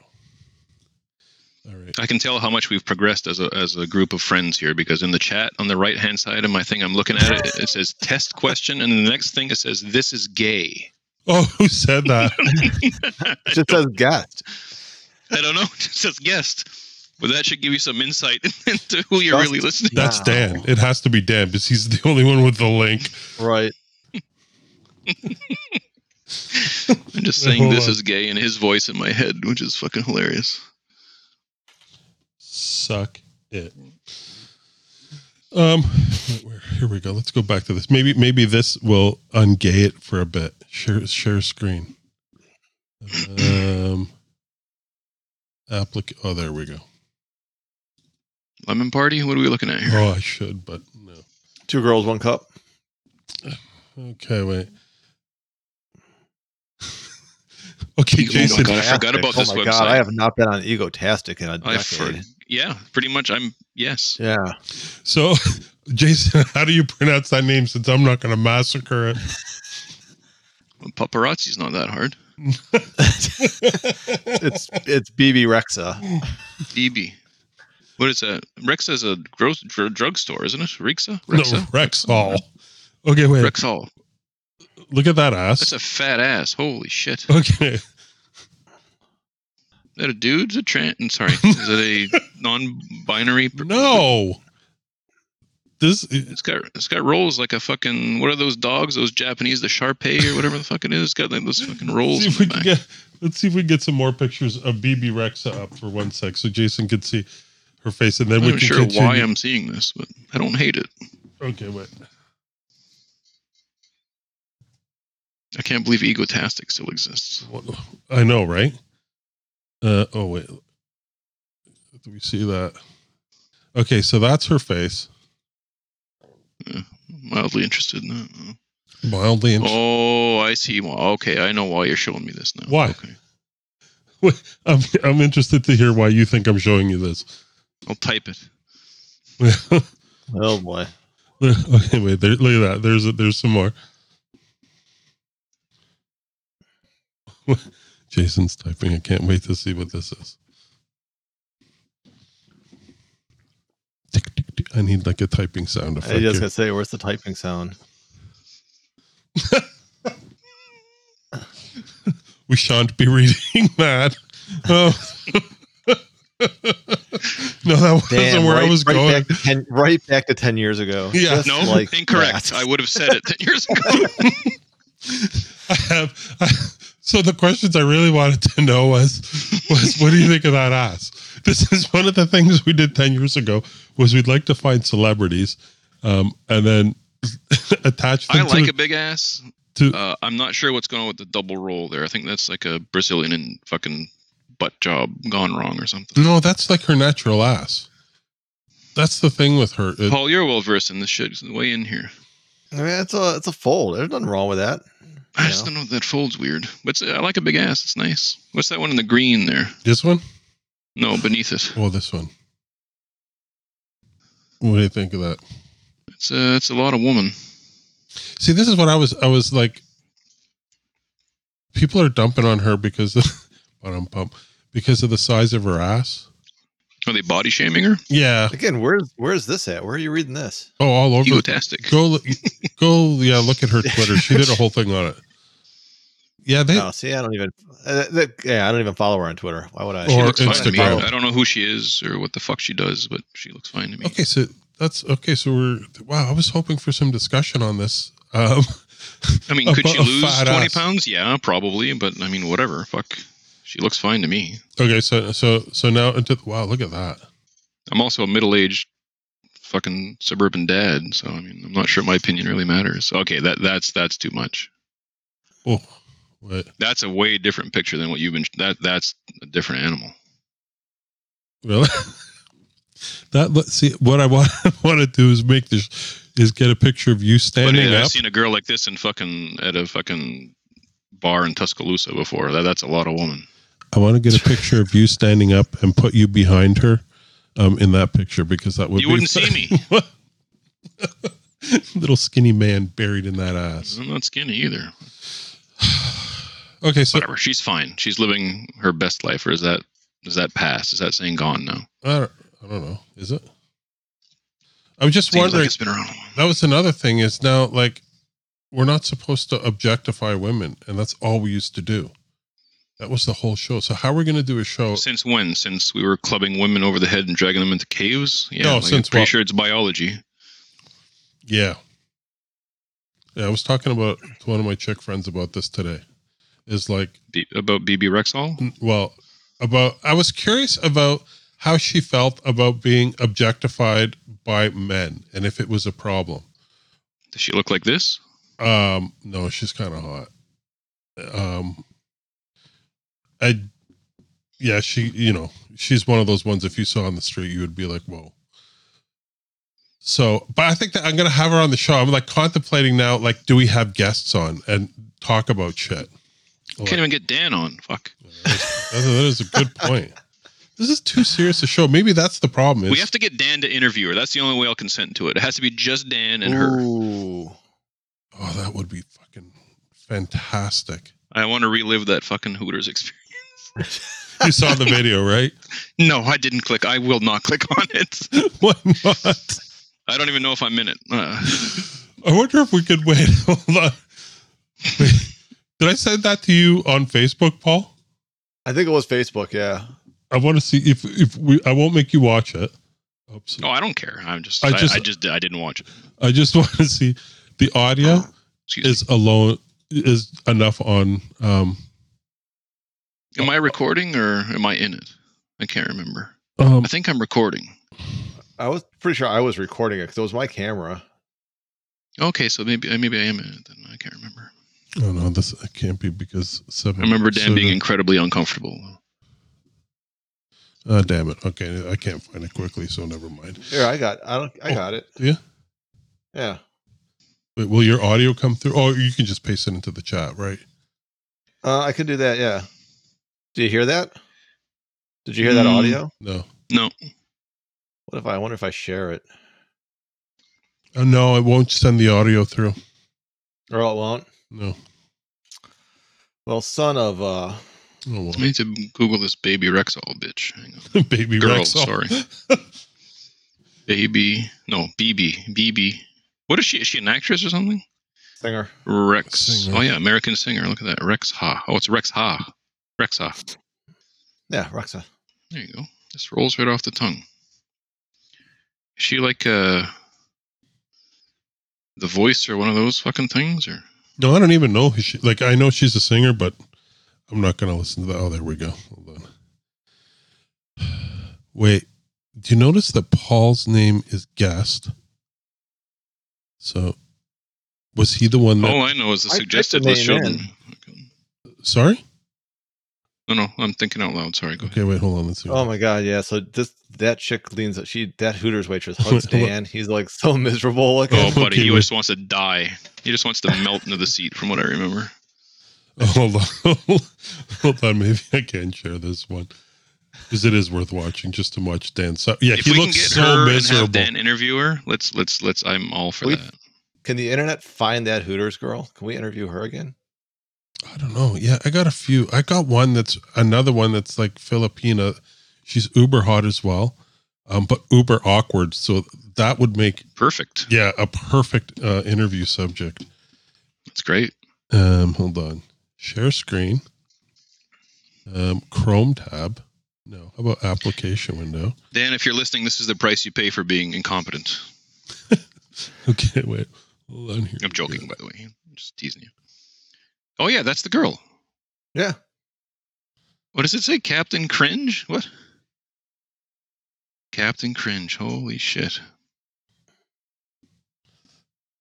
S4: All right.
S3: I can tell how much we've progressed as a as a group of friends here because in the chat on the right hand side of my thing, I'm looking at it. It says test question, and the next thing it says this is gay.
S4: Oh, who said that?
S5: It just says guest.
S3: I don't know. It just says guest. But that should give you some insight into who you're really listening.
S4: That's
S5: Wow.
S4: Dan. It has to be Dan because he's the only one with the link.
S5: Right.
S3: I'm just saying
S4: Hold
S3: this
S4: on.
S3: is gay in his voice in my head, which is fucking hilarious.
S4: Suck it. Um, wait, where- here we go. Let's go back to this. Maybe maybe this will ungay it for a bit. Share share screen. Um, applic. Oh, there we go.
S3: Lemon party? What are we looking at here?
S4: Oh, I should, but no.
S5: Two girls, one cup.
S4: Okay, wait. okay,
S3: You- oh my
S4: Jason.
S3: God, I forgot about
S5: oh
S3: this
S5: my
S3: website.
S5: God, I have not been on Egotastic in a
S4: Oh,
S3: I
S5: decade.
S3: for, yeah, pretty much. I'm yes.
S5: Yeah.
S4: So, Jason, how do you pronounce that name? Since I'm not going to massacre it.
S3: Paparazzi's not that hard.
S5: It's it's BB Rexa.
S3: DB. What is that? Rexa's a gross dr- drugstore, isn't it? Rexa?
S4: No,
S3: Rexa?
S4: Rexall. Okay, wait.
S3: Rexall.
S4: Look at that
S3: That's
S4: ass.
S3: a fat ass. Holy shit. Is
S4: okay.
S3: that a dude? Is it trans? I'm sorry. Is it a non binary?
S4: No. This eh, is
S3: It's got it's got rolls like a fucking what are those dogs? Those Japanese, the Sharpei or whatever the fuck it is. It's got like those fucking rolls.
S4: see
S3: in
S4: if we
S3: the
S4: can
S3: back.
S4: get, let's see if we can get some more pictures of BB Rexa up for one sec so Jason can see her face and then
S3: I'm
S4: we
S3: not
S4: can
S3: sure
S4: continue.
S3: why I'm seeing this, but I don't hate it.
S4: okay, wait.
S3: I can't believe Egotastic still exists.
S4: I know, right? Uh oh wait. Do we see that? Okay, so that's her face.
S3: Mildly interested in that.
S4: Mildly interesting.
S3: Oh, I see. Well, okay, I know why you're showing me this now.
S4: Why?
S3: Okay.
S4: I'm I'm interested to hear why you think I'm showing you this.
S3: I'll type it.
S5: Oh boy.
S4: okay, wait. There, look at that. There's there's some more. Jason's typing. I can't wait to see what this is. Tick, tick, tick. I need like a typing sound
S5: I
S4: effect.
S5: was
S4: here.
S5: gonna say, where's the typing sound?
S4: We shan't be reading that. Oh. no, that wasn't where
S5: right,
S4: I was
S5: right
S4: going.
S5: Back to 10, right back to ten years ago.
S4: Yeah.
S5: Just
S3: No,
S5: like
S3: incorrect.
S5: that.
S3: I would have said it ten years ago.
S4: I have. I, so the questions I really wanted to know was, was what do you think of that ass? This is one of the things we did ten years ago. Was we'd like to find celebrities, um, and then attach
S3: I
S4: them
S3: like
S4: to,
S3: a big ass.
S4: to
S3: Uh, I'm not sure what's going on with the double roll there. I think that's like a Brazilian and fucking butt job gone wrong or something.
S4: no. That's like her natural ass. That's the thing with her. Uh, It-
S3: Paul, you're well versed in this shit. It's Way in here.
S5: I mean, it's a it's a fold. There's nothing wrong with that.
S3: I just
S5: Yeah.
S3: don't know if that folds weird. But it's- I like a big ass. It's nice. What's that one in the green there?
S4: this one
S3: No, beneath it.
S4: or this one? What do you think of that?
S3: It's a, it's a lot of woman.
S4: See, this is what I was. I was like, people are dumping on her because, but I'm pumped because of the size of her ass.
S3: Are they body shaming her?
S4: Yeah.
S5: Again, where's where's this at? Where are you reading this?
S4: Oh, all over.
S3: Egotastic.
S4: Go, go. Yeah, look at her Twitter. She did a whole thing on it. Yeah, they.
S3: Oh,
S5: No, Oh, see, I don't even. Uh, that, yeah, I don't even follow her on Twitter. Why would I?
S4: Or
S3: looks fine to me.
S4: Instagram.
S3: I don't know who she is or what the fuck she does, but she looks fine to me.
S4: Okay, so that's okay. So we're wow. I was hoping for some discussion on this. Um,
S3: I mean, could
S4: A-
S3: she
S4: a
S3: lose
S4: fat
S3: 20
S4: ass.
S3: pounds? Yeah, probably. But I mean, whatever. Fuck. She looks fine to me.
S4: okay, so so so now into wow. Look at that.
S3: I'm also a middle aged fucking suburban dad. So, I mean, I'm not sure my opinion really matters. Okay, that that's that's too much.
S4: Oh, wait.
S3: That's a way different picture than what you've been. That That's a different animal.
S4: Really? that let see what I want want to do is make this is get a picture of you
S3: But
S4: standing
S3: yeah, I've
S4: up.
S3: seen a girl like this in fucking at a fucking bar in Tuscaloosa before. That, that's a lot of woman.
S4: I want to get a picture of you standing up and put you behind her um, in that picture because that would
S3: you
S4: be
S3: wouldn't see me.
S4: little skinny man buried in that ass.
S3: I'm not skinny either.
S4: Okay, so
S3: Whatever. She's fine. She's living her best life. Or is that is that past? Is that saying gone now?
S4: I don't, I don't know. Is it? I was just
S3: Seems like
S4: wondering.
S3: it's been around a while.
S4: that was another thing. Is now like we're not supposed to objectify women, and that's all we used to do. That was the whole show. So how are we going to do a show?
S3: Since when? Since we were clubbing women over the head and dragging them into caves? Yeah,
S4: No,
S3: like,
S4: since
S3: I'm pretty
S4: what?
S3: sure it's biology.
S4: Yeah. Yeah, I was talking about to one of my chick friends about this today. Is like
S3: B- about BB Rexall?
S4: N- well about i was curious about how she felt about being objectified by men and if it was a problem
S3: Does she look like this?
S4: um no she's kind of hot um i yeah she you know she's one of those ones if you saw on the street you would be like whoa so but i think that i'm gonna have her on the show i'm like contemplating now like do we have guests on and talk about shit Like-
S3: Can't even get Dan on. Fuck.
S4: That's a, that is a good point. This is too serious a show. Maybe that's the problem. Is
S3: We have to get Dan to interview her. That's the only way I'll consent to it. It has to be just Dan and her.
S5: Ooh.
S4: oh, that would be fucking fantastic.
S3: I want to relive that fucking Hooters experience.
S4: You saw the video, right?
S3: No, I didn't click. I will not click on it.
S4: Why not?
S3: I don't even know if I'm in it. Uh,
S4: I wonder if we could wait. Hold on. Wait. Did I send that to you on Facebook, Paul?
S5: I think it was Facebook. Yeah.
S4: I want to see if if we. I won't make you watch it. Oops.
S3: no, I don't care. I'm just.
S4: I
S3: I
S4: just-
S3: just. I, just. I didn't watch it.
S4: I just want to see the audio
S3: Oh, Excuse
S4: is alone is enough on um
S3: me. Am I recording or am I in it? I can't remember.
S4: um
S3: I think I'm recording.
S5: I was pretty sure I was recording it because it was my camera.
S3: Okay, so maybe maybe I am in it. Then I can't remember.
S4: Oh no, this it can't be because seven.
S3: I remember Dan
S4: so
S3: being
S4: the-
S3: incredibly uncomfortable.
S4: Oh, damn it. Okay, I can't find it quickly, so never mind.
S5: Here, I got. I don't. I
S4: Oh,
S5: got it.
S4: yeah?
S5: Yeah.
S4: Wait, will your audio come through? Oh, you can just paste it into the chat, right?
S5: Uh, I could do that. Yeah. Do you hear that? Did you hear that
S3: Mm.
S5: audio?
S4: No.
S3: No,
S5: What if I, I wonder if I share it
S4: Oh, no, it won't send the audio through.
S5: or it won't.
S4: No.
S5: Well, son of uh,
S4: Oh,
S3: I need to Google this baby Rexall bitch. Hang on.
S4: well. Baby Oh.
S3: Girl,
S4: Rexall.
S3: sorry. Baby, no, BB, BB. What is she? Is she an actress or something?
S5: singer.
S3: Rex.
S4: Singer.
S3: Oh yeah, American singer. Look at that, Rex Ha. Oh, it's Rex Ha. Rex Ha.
S5: Yeah, Roxa.
S3: There you go. This rolls right off the tongue. Is she like uh, the voice or one of those fucking things? Or
S4: No, I don't even know who she like I know she's a singer, but I'm not gonna listen to that. Oh, there we go. Hold on. Wait, do you notice that Paul's name is guest? So was he the one that
S3: all I know is the
S5: I typed
S3: suggested
S5: the
S3: list
S5: name
S3: showed
S5: in.
S3: them. Oh.
S4: sorry?
S3: No, no, I'm thinking out loud. Sorry, go ahead.
S4: Okay, wait, hold on. Let's see.
S5: Oh my god, yeah. So this that chick leans. She that Hooters waitress hugs
S4: Look.
S5: Dan. He's like so miserable looking.
S3: Oh, buddy,
S4: Okay,
S3: he
S4: wait.
S3: just wants to die. He just wants to melt into the seat, from what I remember.
S4: Hold on. Hold on. Maybe I can share this one. Because it is worth watching just to watch Dan. So, yeah,
S3: if
S4: he
S3: we can
S4: looks
S3: get
S4: so
S3: her
S4: miserable.
S3: and have Dan interview her, let's let's let's. I'm all for
S5: We-
S3: that.
S5: Can the internet find that Hooters girl? Can we interview her again?
S4: I don't know. Yeah, I got a few. I got one that's another one that's like Filipina. She's uber hot as well, um, but uber awkward. So that would make,
S3: Perfect.
S4: yeah, a perfect uh, interview subject.
S3: That's great.
S4: Um, hold on. Share screen. Um, Chrome tab. No. How about application window?
S3: Dan, if you're listening, this is the price you pay for being incompetent.
S4: Okay, wait. Hold on here.
S3: I'm joking, by the way. I'm just teasing you. Oh yeah, that's the girl.
S5: Yeah.
S3: What does it say? Captain Cringe? What? Captain Cringe. Holy shit.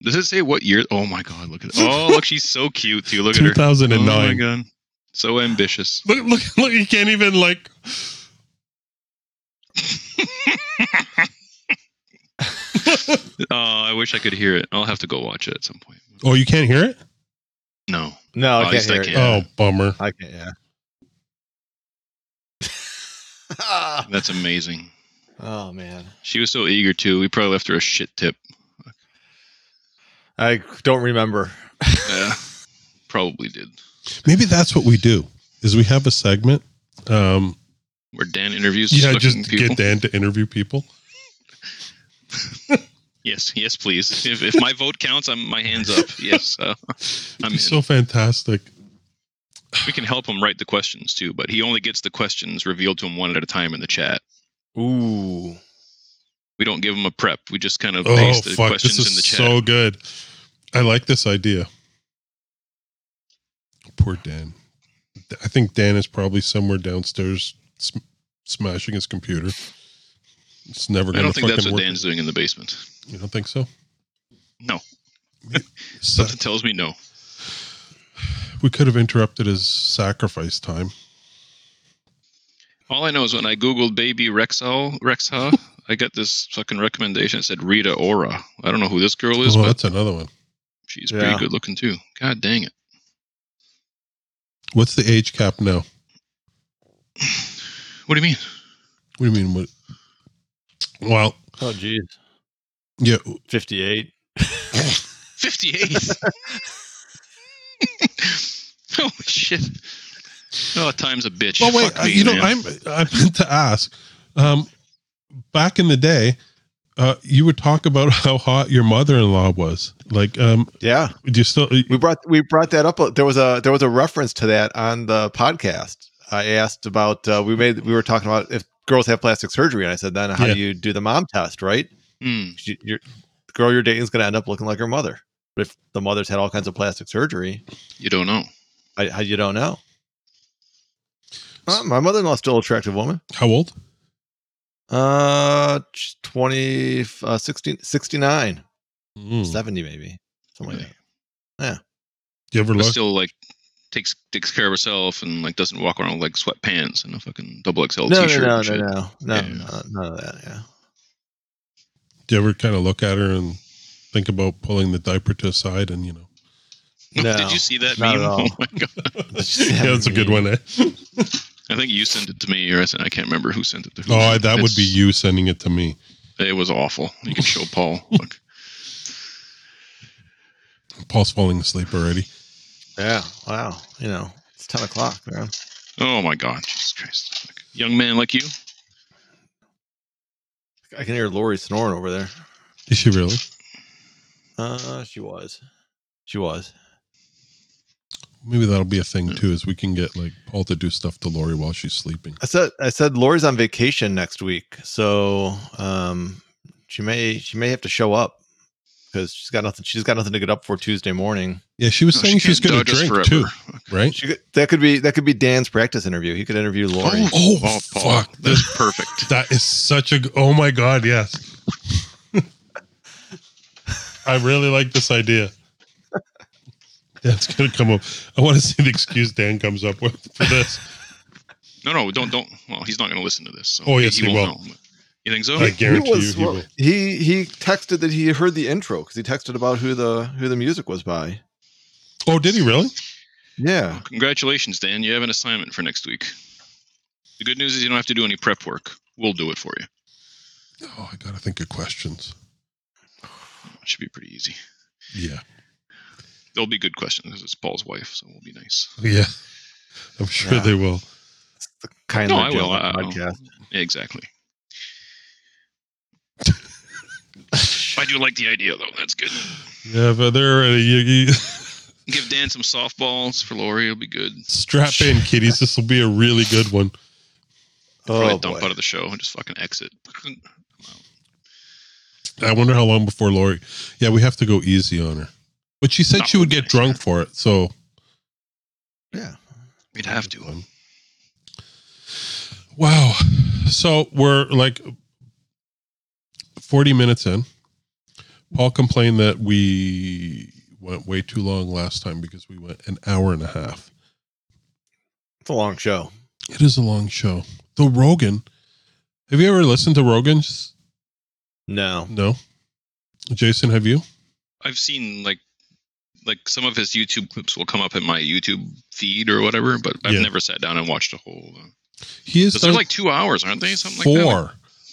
S3: Does it say what year? Oh my god, look at Oh, look, she's so cute too. Look at her. Oh
S4: 2009.
S3: my god. So ambitious.
S4: Look, look, look, you can't even like.
S3: Oh, I wish I could hear it. I'll have to go watch it at some point.
S4: Oh, you can't hear it?
S3: No.
S5: No, I
S3: Oh, at
S5: can't
S3: least I
S5: hear it.
S3: can. Yeah.
S4: Oh, bummer.
S5: I can't. Yeah. Ah,
S3: That's amazing.
S5: oh man,
S3: She was so eager too. We probably left her a shit tip.
S5: I don't remember.
S3: Yeah. Probably did.
S4: Maybe that's what we do. Is we have a segment. Um,
S3: Where Dan interviews
S4: yeah,
S3: fucking
S4: just
S3: people.
S4: get Dan to interview people.
S3: Yes, yes, please. If, if my vote counts, I'm my hands up. Yes, uh, I'm. in.
S4: He's so fantastic.
S3: we can help him write the questions too, but he only gets the questions revealed to him one at a time in the chat.
S5: Ooh.
S3: We don't give him a prep. We just kind of
S4: Oh
S3: paste the
S4: fuck,
S3: questions
S4: this
S3: in the
S4: is
S3: chat.
S4: so good. I like this idea. Poor Dan. I think Dan is probably somewhere downstairs sm- smashing his computer. It's never
S3: I
S4: going to
S3: don't think
S4: fucking
S3: that's what
S4: work.
S3: Dan's doing in the basement.
S4: You don't think so?
S3: No.
S4: So-
S3: Something tells me no.
S4: we could have interrupted his sacrifice time.
S3: All I know is when I googled baby Rexel Rexha, I got this fucking recommendation. It said Rita Ora. I don't know who this girl is,
S4: Oh,
S3: but
S4: that's another one.
S3: she's
S5: Yeah.
S3: pretty good looking too. God dang it.
S4: What's the age cap now?
S3: What do you mean?
S4: What do you mean? What? Well,
S5: Oh, geez.
S4: yeah,
S5: 58.
S3: 58. Holy shit. Oh, time's a bitch.
S4: Well, wait,
S3: Fuck
S4: I-
S3: me,
S4: you know,
S3: man.
S4: I'm I meant to ask. Um, back in the day, uh, you would talk about how hot your mother-in-law was. Like, um,
S5: Yeah.
S4: do you still?
S5: We brought we brought that up. uh, There was a there was a reference to that on the podcast. I asked about uh, we made we were talking about if girls have plastic surgery, and I said then how
S4: Yeah.
S5: do you do the mom test, right?
S3: Hmm.
S5: She, your the girl you're dating is going to end up looking like her mother. But if the mother's had all kinds of plastic surgery,
S3: you don't know.
S5: I, I you don't know. Uh, my mother-in-law's still an attractive woman.
S4: How old?
S5: Uh, she's 20, uh, 16, 69,
S4: Mm.
S5: 70 maybe, something like
S3: Really?
S5: that.
S4: You ever
S3: But
S4: look?
S3: still, like, takes takes care of herself and, like, doesn't walk around with, like, sweatpants and a fucking double XL
S5: No,
S3: t shirt.
S5: no, no, no, no, no,
S3: Yeah.
S5: no, none of that. Yeah.
S4: Do you ever kind of look at her and think about pulling the diaper to the side and you know?
S5: No,
S3: Did you see that
S5: not
S3: meme?
S5: at all.
S3: Oh, my God.
S4: yeah, that's a good one. Eh?
S3: I think you sent it to me, or I sent- I can't remember who sent it to who.
S4: Oh, I, that would
S3: It's-
S4: be you sending it to me.
S3: It was awful. You can show Paul. Look.
S4: Paul's falling asleep already.
S5: Yeah. Wow. You know, it's ten o'clock, man.
S3: Oh, my God. Jesus Christ. Look. Young man like you?
S5: I can hear Lori snoring over there.
S4: Is she really?
S5: Uh, she was. She was.
S4: Maybe that'll be a thing too. Is we can get like Paul to do stuff to Lori while she's sleeping.
S5: I said. I said Lori's on vacation next week, so um, she may she may have to show up because she's got nothing. She's got nothing to get up for Tuesday morning.
S4: Yeah, she was
S3: No,
S4: saying
S3: Oh, she
S4: she's
S3: can't
S4: going to
S3: dodge us
S4: drink too,
S3: forever.
S4: right?
S5: She could, that could be that could be Dan's practice interview. He could interview Lori.
S4: Oh,
S3: Paul,
S4: fuck.
S3: That's perfect.
S4: That is such a. Oh my god, yes. I really like this idea. Dan's gonna come up. I want to see the excuse Dan comes up with for this.
S3: No, no, don't, don't. Well, he's not going to listen to this. So
S4: Oh, yes, he
S3: won't know. You think so?
S4: I guarantee
S5: was-
S4: you, he
S5: well,
S4: will.
S5: he he texted that he heard the intro because he texted about who the who the music was by.
S4: Oh, did he really?
S5: Yeah.
S3: Congratulations, Dan. You have an assignment for next week. The good news is you don't have to do any prep work. We'll do it for you.
S4: Oh, I gotta think of questions.
S3: It should be pretty easy.
S4: Yeah,
S3: They'll be good questions because it's Paul's wife, so we'll be nice.
S4: yeah. I'm sure
S5: Yeah.
S4: they will.
S5: Kindly
S3: No, I will. uh,
S5: Gentleman
S3: I- I'll-
S5: podcast.
S3: Yeah, exactly. I do like the idea, though. That's good.
S4: Yeah, but they're already. You, you,
S3: Give Dan some softballs for Lori. It'll be good.
S4: strap in, kiddies. This will be a really good one.
S3: Probably
S5: Oh,
S3: dump
S5: boy.
S3: out of the show and just fucking exit.
S4: I wonder how long before Lori. Yeah, we have to go easy on her. But she said
S3: Not
S4: she would
S3: really.
S4: get drunk for it, so
S5: Yeah.
S3: We'd have to. um.
S4: Wow. So we're like 40 minutes in. Paul complained that we went way too long last time because we went an hour and a half.
S5: It's a long show.
S4: It is a long show. Though Rogan, have you ever listened to Rogan's?
S5: No.
S4: No. Jason, have you?
S3: I've seen like like some of his YouTube clips will come up in my YouTube feed or whatever, but I've
S4: Yeah.
S3: never sat down and watched a whole. Uh,
S4: He is
S3: 'cause they're like two hours, aren't they? Something like that.
S4: four.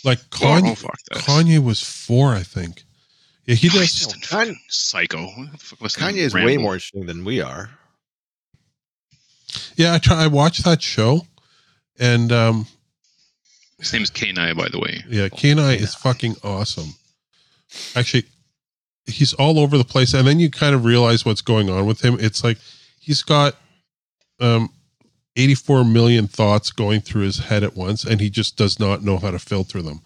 S3: Like,
S4: Like,
S3: four.
S4: Kanye,
S3: oh fuck that.
S4: Kanye was four, I think. Yeah, he
S3: Oh,
S4: does.
S3: he's just a
S5: Kanye-
S3: fucking psycho. What the fuck was that
S5: Kanye is way
S3: ramble?
S5: more interesting than we are.
S4: Yeah, I try. I watched that show, and um,
S3: His name is Kenai, by the way.
S4: yeah, Kenai is fucking awesome. actually he's all over the place and then you kind of realize what's going on with him it's like he's got um 84 million thoughts going through his head at once and he just does not know how to filter them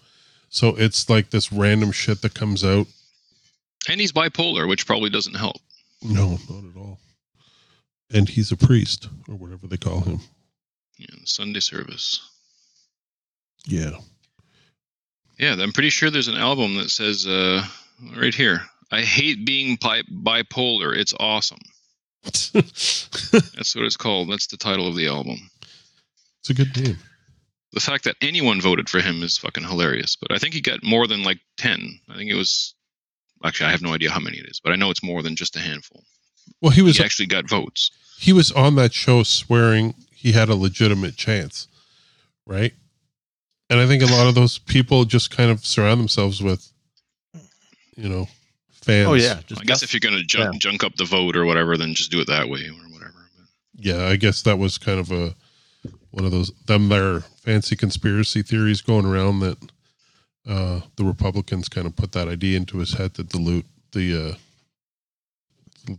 S4: so it's like this random shit that comes out
S3: And he's bipolar, which probably doesn't help.
S4: no not at all and he's a priest or whatever they call him
S3: Yeah, Sunday service.
S4: yeah
S3: Yeah, I'm pretty sure there's an album that says uh, right here. I hate being pi- bipolar. It's awesome.
S4: it's
S3: That's what it's called. That's the title of the album.
S4: a good name
S3: The fact that anyone voted for him is fucking hilarious. But I think he got more than like ten. I think it was actually I have no idea how many it is, but I know it's more than just a handful.
S4: well he was
S3: He actually got votes.
S4: he was on that show swearing he had a legitimate chance, right? And I think a lot of those people just kind of surround themselves with, you know, fans.
S5: Oh yeah, just
S3: I guess if you're gonna junk, junk up the vote or whatever, then just do it that way or whatever.
S4: yeah. I guess that was kind of a one of those them their fancy conspiracy theories going around that uh, the Republicans kind of put that idea into his head to dilute the uh,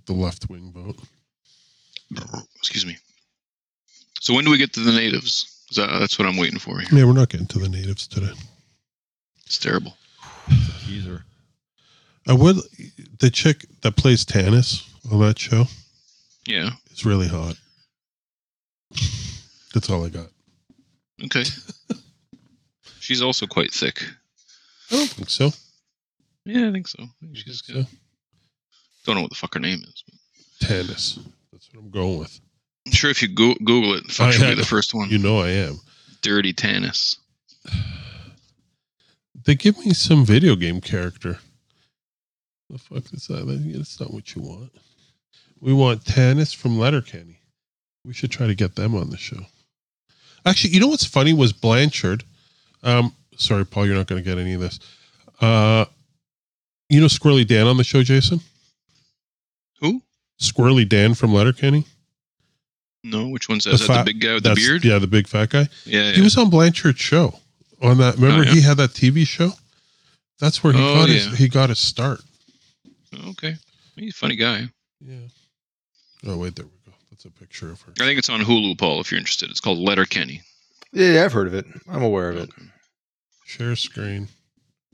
S4: the left wing vote.
S3: But, excuse me. So when do we get to the natives? 'Cause that- that's what I'm waiting for here.
S4: Yeah, we're not getting to the natives today.
S3: It's terrible.
S5: teaser.
S4: I would the chick that plays Tanis on that show.
S3: Yeah.
S4: It's really hot. That's all I got.
S3: Okay. She's also quite thick.
S4: I don't think so.
S3: Yeah, I think so. I think
S4: You
S3: Oh. She's
S4: think
S3: good. Don't know what the fuck her name is.
S4: Tanis. That's what I'm going with.
S3: I'm sure if you go- Google it, fuck,
S4: I
S3: she'll be
S4: had-
S3: the first one.
S4: You know I am.
S3: Dirty Tannis.
S4: They give me some video game character. The fuck is that? That's not what you want. We want Tanis from Letterkenny. We should try to get them on the show. Actually, you know what's funny was Blanchard. Um, sorry, Paul, you're not going to get any of this. Uh, you know Squirrely Dan on the show, Jason?
S3: Who?
S4: Squirrely Dan from Letterkenny?
S3: No, which one's that?
S4: The
S3: Is that
S4: fat-
S3: the big guy with the
S4: That's-
S3: beard?
S4: Yeah, the big fat guy.
S3: Yeah. yeah.
S4: He was on Blanchard's show. On that, remember
S3: Oh, yeah.
S4: he had that TV show. That's where he
S3: Oh,
S4: got
S3: yeah.
S4: his he got his start.
S3: okay. He's a funny guy.
S4: Yeah. Oh wait, there we go. That's a picture of her.
S3: I think it's on Hulu, Paul, if you're interested. It's called Letter Kenny.
S5: Yeah, yeah, I've heard of it. I'm aware of it.
S4: Share screen.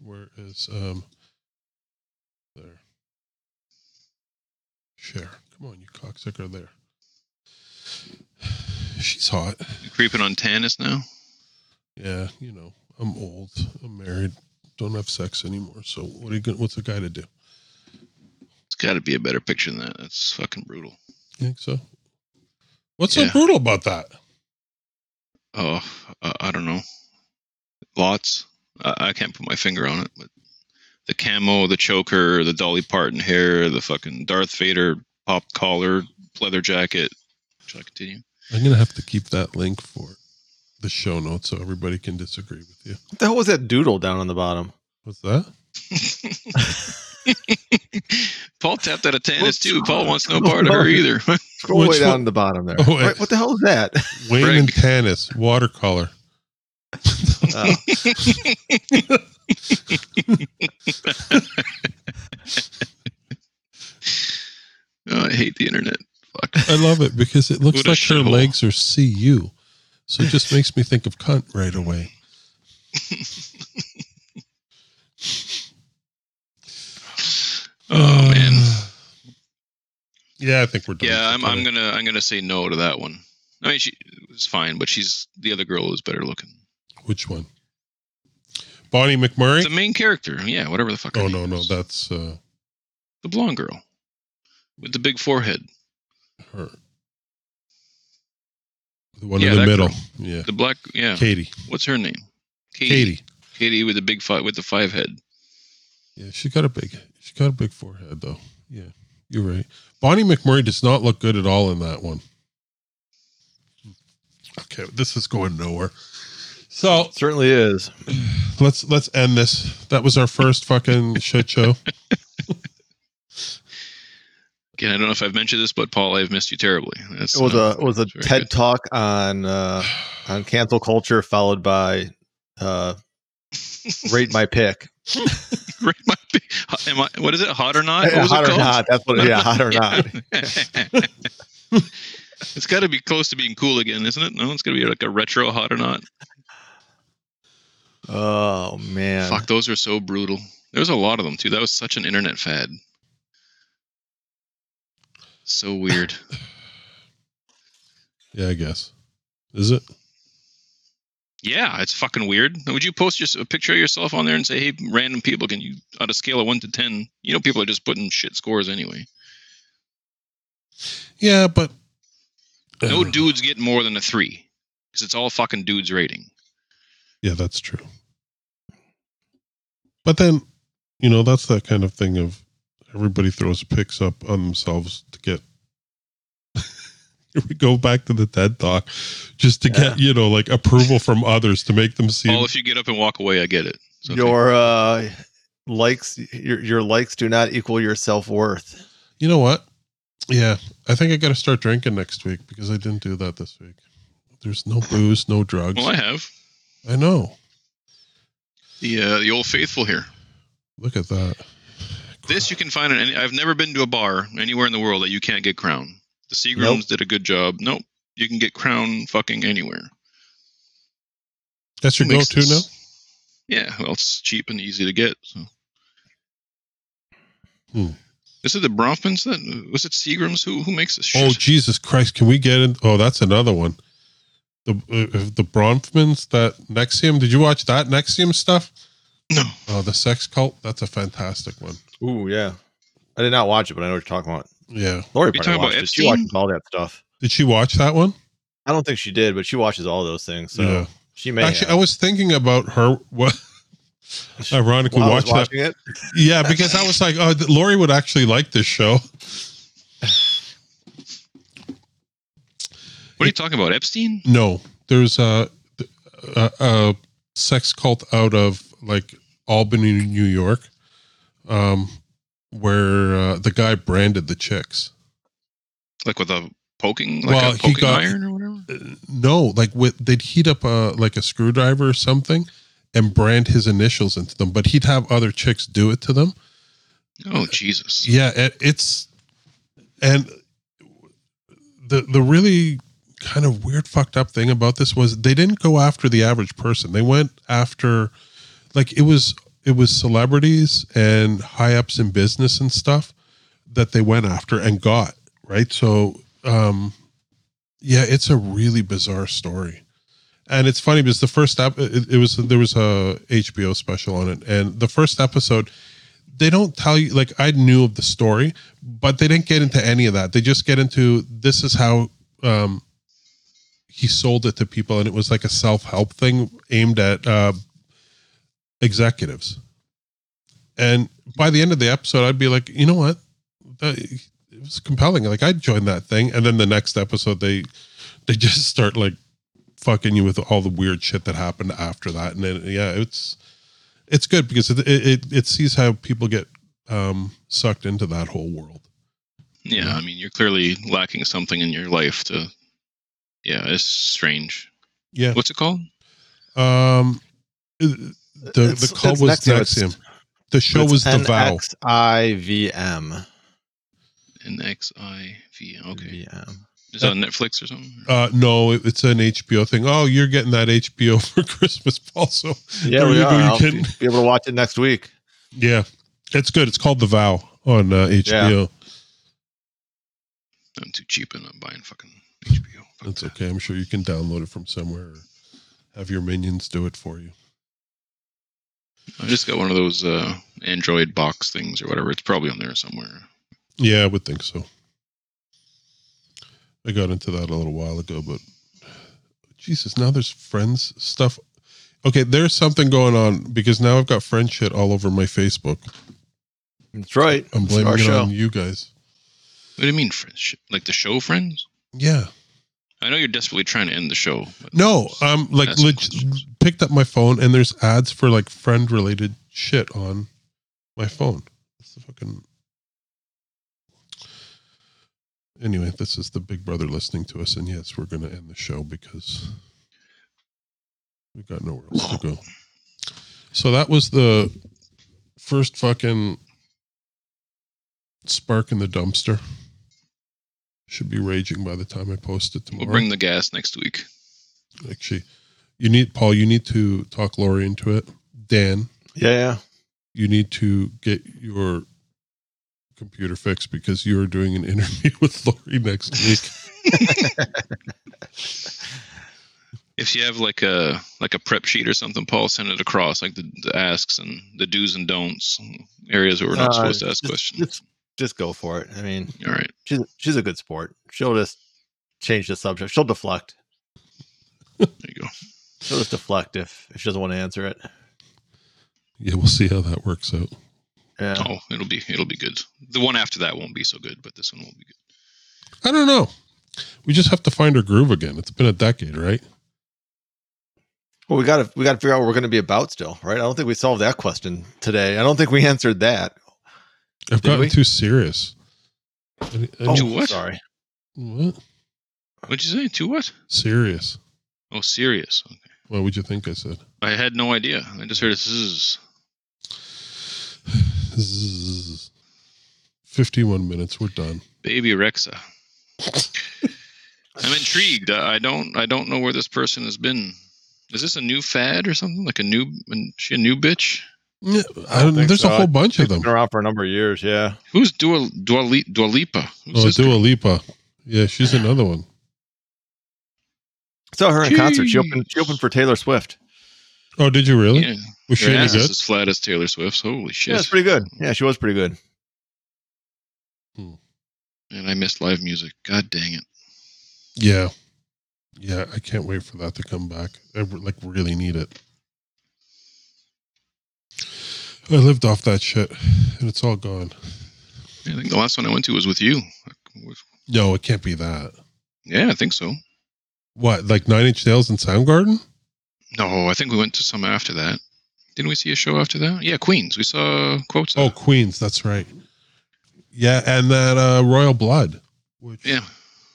S4: Where is um? There. Share. Come on, you cocksucker! There. She's hot.
S3: creeping on Tannis now?
S4: Yeah, you know, I'm old. I'm married. Don't have sex anymore. So what are you gonna, what's a guy to do?
S3: It's got to be a better picture than that. That's fucking brutal.
S4: You think so? What's
S3: Yeah.
S4: so brutal about that?
S3: Oh, uh, I don't know. Lots. I, I can't put my finger on it, but the camo, the choker, the Dolly Parton hair, the fucking Darth Vader pop collar, leather jacket. Shall I continue?
S4: I'm gonna have to keep that link for the show notes so everybody can disagree with you.
S5: What the hell was that doodle down on the bottom?
S4: What's that?
S3: Paul tapped out a tennis
S5: What's
S3: too. Paul
S5: wrong?
S4: Oh,
S3: wants no part of her either.
S5: Scroll
S4: Which
S5: way down
S4: one?
S5: the bottom there.
S4: Oh, wait.
S5: Right, what the hell is that?
S4: Wayne
S3: Frank.
S4: and Tanis watercolor.
S5: Oh,
S3: Oh, I hate the internet. Fuck.
S4: I love it because it looks
S3: What a
S4: like her
S3: shithole.
S4: legs are CU. So it just makes me think of cunt right away.
S3: Oh man.
S4: Yeah, I think we're done.
S3: Yeah,
S4: for
S3: I'm, I'm
S4: today.
S3: gonna I'm gonna say no to that one. I mean, she it's fine, but she's the other girl is better looking.
S4: Which one? Bonnie McMurray?
S3: The main character, yeah, whatever the fuck. her
S4: Oh
S3: name
S4: no, no,
S3: is.
S4: that's uh,
S3: the blonde girl with the big forehead,
S4: her. The one
S3: Yeah,
S4: in the
S3: that
S4: middle.
S3: girl.
S4: Yeah.
S3: the black. Yeah,
S4: Katie.
S3: what's her name?
S4: Katie.
S3: Katie with the big five with the five head.
S4: Yeah, she got a big she got a big forehead though. Yeah, you're right. Bonnie McMurray does not look good at all in that one. Okay, this is going nowhere. So
S5: it certainly is.
S4: let's let's end this. That was our first fucking shit show.
S3: Again, I don't know if I've mentioned this, but Paul, I've missed you terribly. That's,
S5: It was
S3: uh,
S5: a it was a
S3: that's very
S5: TED
S3: good.
S5: talk on uh, on cancel culture, followed by uh, rate my pick.
S3: Rate my pick. Am I? What is it? Hot or not? What was it
S5: hot or
S3: called?
S5: not? That's what. Yeah, hot or not.
S3: it's got to be close to being cool again, isn't it? No, it's going to be like a retro hot or not.
S5: Oh man.
S3: Fuck, those are so brutal. There was a lot of them too. That was such an internet fad. So weird.
S4: Yeah, I guess. Is it?
S3: yeah, it's fucking weird. Would you post your, a picture of yourself on there and say, "Hey, random people, can you on a scale of one to ten? You know, people are just putting shit scores anyway.
S4: Yeah, but
S3: No
S4: Uh,
S3: dudes get more than a three because it's all fucking dudes rating.
S4: Yeah, that's true. But then, you know, that's that kind of thing of everybody throws picks up on themselves to get. Here we go back to the TED talk, just to get you know like approval from others to make them seem.
S3: Oh, if you get up and walk away, I get it. It's okay.
S5: Your uh, likes, your your likes do not equal your self worth.
S4: you know what? Yeah, I think I got to start drinking next week because I didn't do that this week. There's no booze, no drugs.
S3: well, I have
S4: I know.
S3: the uh, the old faithful here.
S4: Look at that.
S3: This you can find in any. I've never been to a bar anywhere in the world that you can't get Crown. The Seagrams did a good job. Nope, you can get Crown fucking anywhere.
S4: That's your
S3: Makes
S4: go-to now.
S3: sense. Yeah, well, it's cheap and easy to get. So.
S4: Hmm.
S3: Is it the Bronfmans? That was it. Seagrams? Who who makes this shit?
S4: Oh Jesus Christ! Can we get in? Oh, that's another one. The uh, the Bronfmans that Nexium. Did you watch that Nexium stuff?
S3: no,
S4: Oh, the sex cult. That's a fantastic one.
S5: Ooh, yeah. I did not watch it, but I know what you're talking about.
S4: Yeah.
S5: Lori probably
S3: You talking about
S5: watched it. She
S3: Epstein?
S5: watches all that stuff.
S4: Did she watch that one?
S5: I don't think she did, but she watches all those things. So
S4: Yeah.
S5: she may
S4: Actually, I
S5: have.
S4: was thinking about her. What? Ironically,
S5: While I was
S4: watch that.
S5: watching it.
S4: Yeah, because I was like, oh, th- Lori would actually like this show.
S3: what are you talking about? Epstein?
S4: No, there's a, a, a sex cult out of like Albany, New York, um, where uh, the guy branded the chicks.
S3: Like with a poking, like
S4: Well,
S3: a
S4: he
S3: poking
S4: got-
S3: iron or whatever?
S4: Uh, no, like with they'd heat up a like a screwdriver or something and brand his initials into them, but he'd have other chicks do it to them.
S3: Oh Jesus!
S4: Yeah, it, it's and the the really kind of weird fucked up thing about this was they didn't go after the average person. They went after like it was it was celebrities and high ups in business and stuff that they went after and got, right? So um yeah, it's a really bizarre story. And it's funny because the first ep- it, it was there was a HBO special on it and the first episode they don't tell you like I knew of the story, but they didn't get into any of that. They just get into this is how um he sold it to people and it was like a self-help thing aimed at uh executives. And by the end of the episode I'd be like, "You know what? That, it was compelling. Like I'd join that thing." And then the next episode they they just start like fucking you with all the weird shit that happened after that. And then yeah, it's it's good because it it, it sees how people get um, sucked into that whole world.
S3: Yeah, I mean, you're clearly lacking something in your life to. Yeah, it's strange.
S4: Yeah.
S3: What's it called?
S4: Um, the the
S5: It's-
S4: call
S5: it's
S4: was
S5: Nexium. It's-
S4: Nexium. The show
S5: It's
S4: was The Vow.
S5: NXIVM.
S3: N X I V. Okay,
S5: VM.
S3: is that on Netflix or something?
S4: Uh, no, it- it's an HBO thing. Oh, you're getting that HBO for Christmas, Paul. So
S5: Yeah,
S4: Are
S5: we
S4: you-
S5: are.
S4: are you
S5: I'll be
S4: kidding?
S5: be able to watch it next week.
S4: yeah, it's good. It's called The Vow on uh, HBO.
S3: I'm too cheap and I'm buying fucking HBO. Fuck
S4: That's
S3: that.
S4: okay. I'm sure you can download it from somewhere. Or have your minions do it for you.
S3: I just got one of those uh, Android box things or whatever. It's probably on there somewhere.
S4: Yeah, I would think so. I got into that a little while ago, but Jesus, now there's friends stuff. Okay, there's something going on because now I've got friend shit all over my Facebook.
S5: That's right.
S4: I'm
S5: It's our
S4: blaming it
S5: show.
S4: on you guys.
S3: What do you mean, friends? Sh- Like the show, friends?
S4: Yeah.
S3: I know you're desperately trying to end the show. But
S4: No, I'm like
S3: Ask some
S4: leg-
S3: questions.
S4: picked up my phone and there's ads for like friend related shit on my phone. It's the fucking. Anyway, this is the Big Brother listening to us, and yes, we're going to end the show because we got nowhere else to go. So that was the first fucking spark in the dumpster. Should be raging by the time I post it tomorrow.
S3: We'll bring the gas next week.
S4: Actually, you need Paul. You need to talk Lori into it. Dan,
S5: Yeah, yeah.
S4: you need to get your computer fixed because you are doing an interview with Lori next week.
S3: If you have like a like a prep sheet or something, Paul, send it across, like the, the asks and the do's and don'ts, areas where we're not
S5: Uh,
S3: supposed to ask
S5: just-
S3: questions.
S5: Just, just go for it. I mean,
S3: All right.
S5: she's she's a good sport. She'll just change the subject. She'll deflect.
S3: There you go.
S5: She'll just deflect if, if she doesn't want to answer it.
S4: yeah, we'll see how that works out.
S5: Yeah.
S3: Oh, it'll be it'll be good. The one after that won't be so good, but this one will be good.
S4: I don't know. We just have to find her groove again. It's been a decade, right?
S5: Well, we gotta we gotta figure out what we're gonna be about still, right? I don't think we solved that question today. I don't think we answered that.
S4: I've
S5: Did
S4: gotten
S5: we?
S4: too serious. I, I,
S3: Do
S5: Oh,
S3: what?
S5: Sorry.
S4: what?
S3: What'd you say? To what?
S4: Serious.
S3: Oh, serious.
S4: What would you think I said?
S3: I had no idea. I just heard a zzz.
S4: Zzz. 51 minutes. We're done.
S3: baby Rexa. I'm intrigued. Uh, I I don't. I don't know where this person has been. Is this a new fad or something? Like a new? an- She a new bitch?
S4: Yeah, I
S5: don't
S4: don't,
S5: think
S4: there's
S5: so.
S4: a whole bunch of
S5: She's
S4: them.
S5: been around for a number of years, yeah.
S3: Who's Dua Dua, Li, Dua Lipa? Who's
S4: Oh,
S3: this
S4: Dua
S3: girl?
S4: Lipa. Yeah, she's another one.
S5: Saw her in concert. She opened
S3: Jeez.
S5: she opened for Taylor Swift.
S4: Oh, did you really?
S3: Yeah,
S4: Was she
S3: her
S4: any
S3: ass is
S4: good?
S3: as flat as Taylor Swift's. Holy
S5: Yeah,
S3: shit!
S5: it's pretty good. Yeah, she was pretty good.
S3: and I missed live music. God dang it!
S4: Yeah. Yeah, I can't wait for that to come back. I re- like really need it. I lived off that shit and it's all gone.
S3: I think the last one I went to was with you.
S4: No, it can't be that.
S3: Yeah, I think so.
S4: What, like Nine Inch Nails and Soundgarden?
S3: No, I think we went to some after that. Didn't we see a show after that? Yeah, Queens. We saw quotes.
S4: Oh, Queens, that's right. Yeah, and that uh, Royal Blood, which
S3: yeah.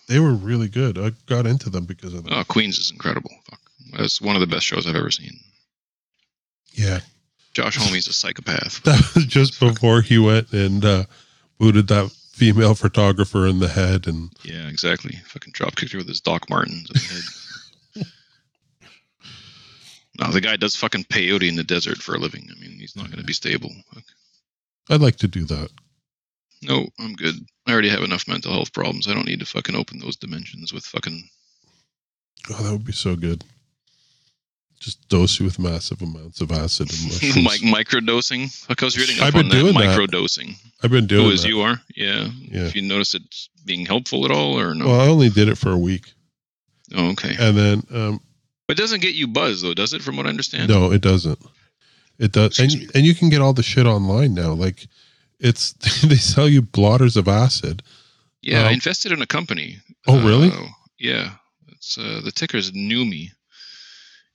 S4: they were really good. I got into them because of that.
S3: Oh, Queens is incredible. Fuck, that's one of the best shows I've ever seen.
S4: Yeah,
S3: Josh Homey's a psychopath.
S4: that was just before he went and uh, booted that female photographer in the head, and
S3: Yeah, exactly. Fucking drop kicked her with his Doc Martens in the head. no, the guy does fucking peyote in the desert for a living. I mean, he's not going to be stable. Fuck.
S4: I'd like to do that.
S3: No, I'm good. I already have enough mental health problems. I don't need to fucking open those dimensions with fucking.
S4: Oh, that would be so good. Just dose you with massive amounts of acid and mushrooms.
S3: Mic- microdosing. Like I was reading up
S4: I've
S3: on
S4: been doing
S3: that.
S4: that.
S3: Microdosing.
S4: I've been
S3: Oh,
S4: doing
S3: as
S4: that.
S3: you are. Yeah.
S4: Yeah.
S3: If you notice it's being helpful at all or no.
S4: Well, I only did it for a week,
S3: oh, okay.
S4: and then um,
S3: But it doesn't get you buzz, though, does it, from what I understand?
S4: No, it doesn't. It does, and
S3: Excuse me.
S4: and you can get all the shit online now. Like, it's they sell you blotters of acid.
S3: Yeah, I
S4: Um,
S3: invested in a company.
S4: Oh, really?
S3: Uh, yeah, it's uh, the ticker's Numi,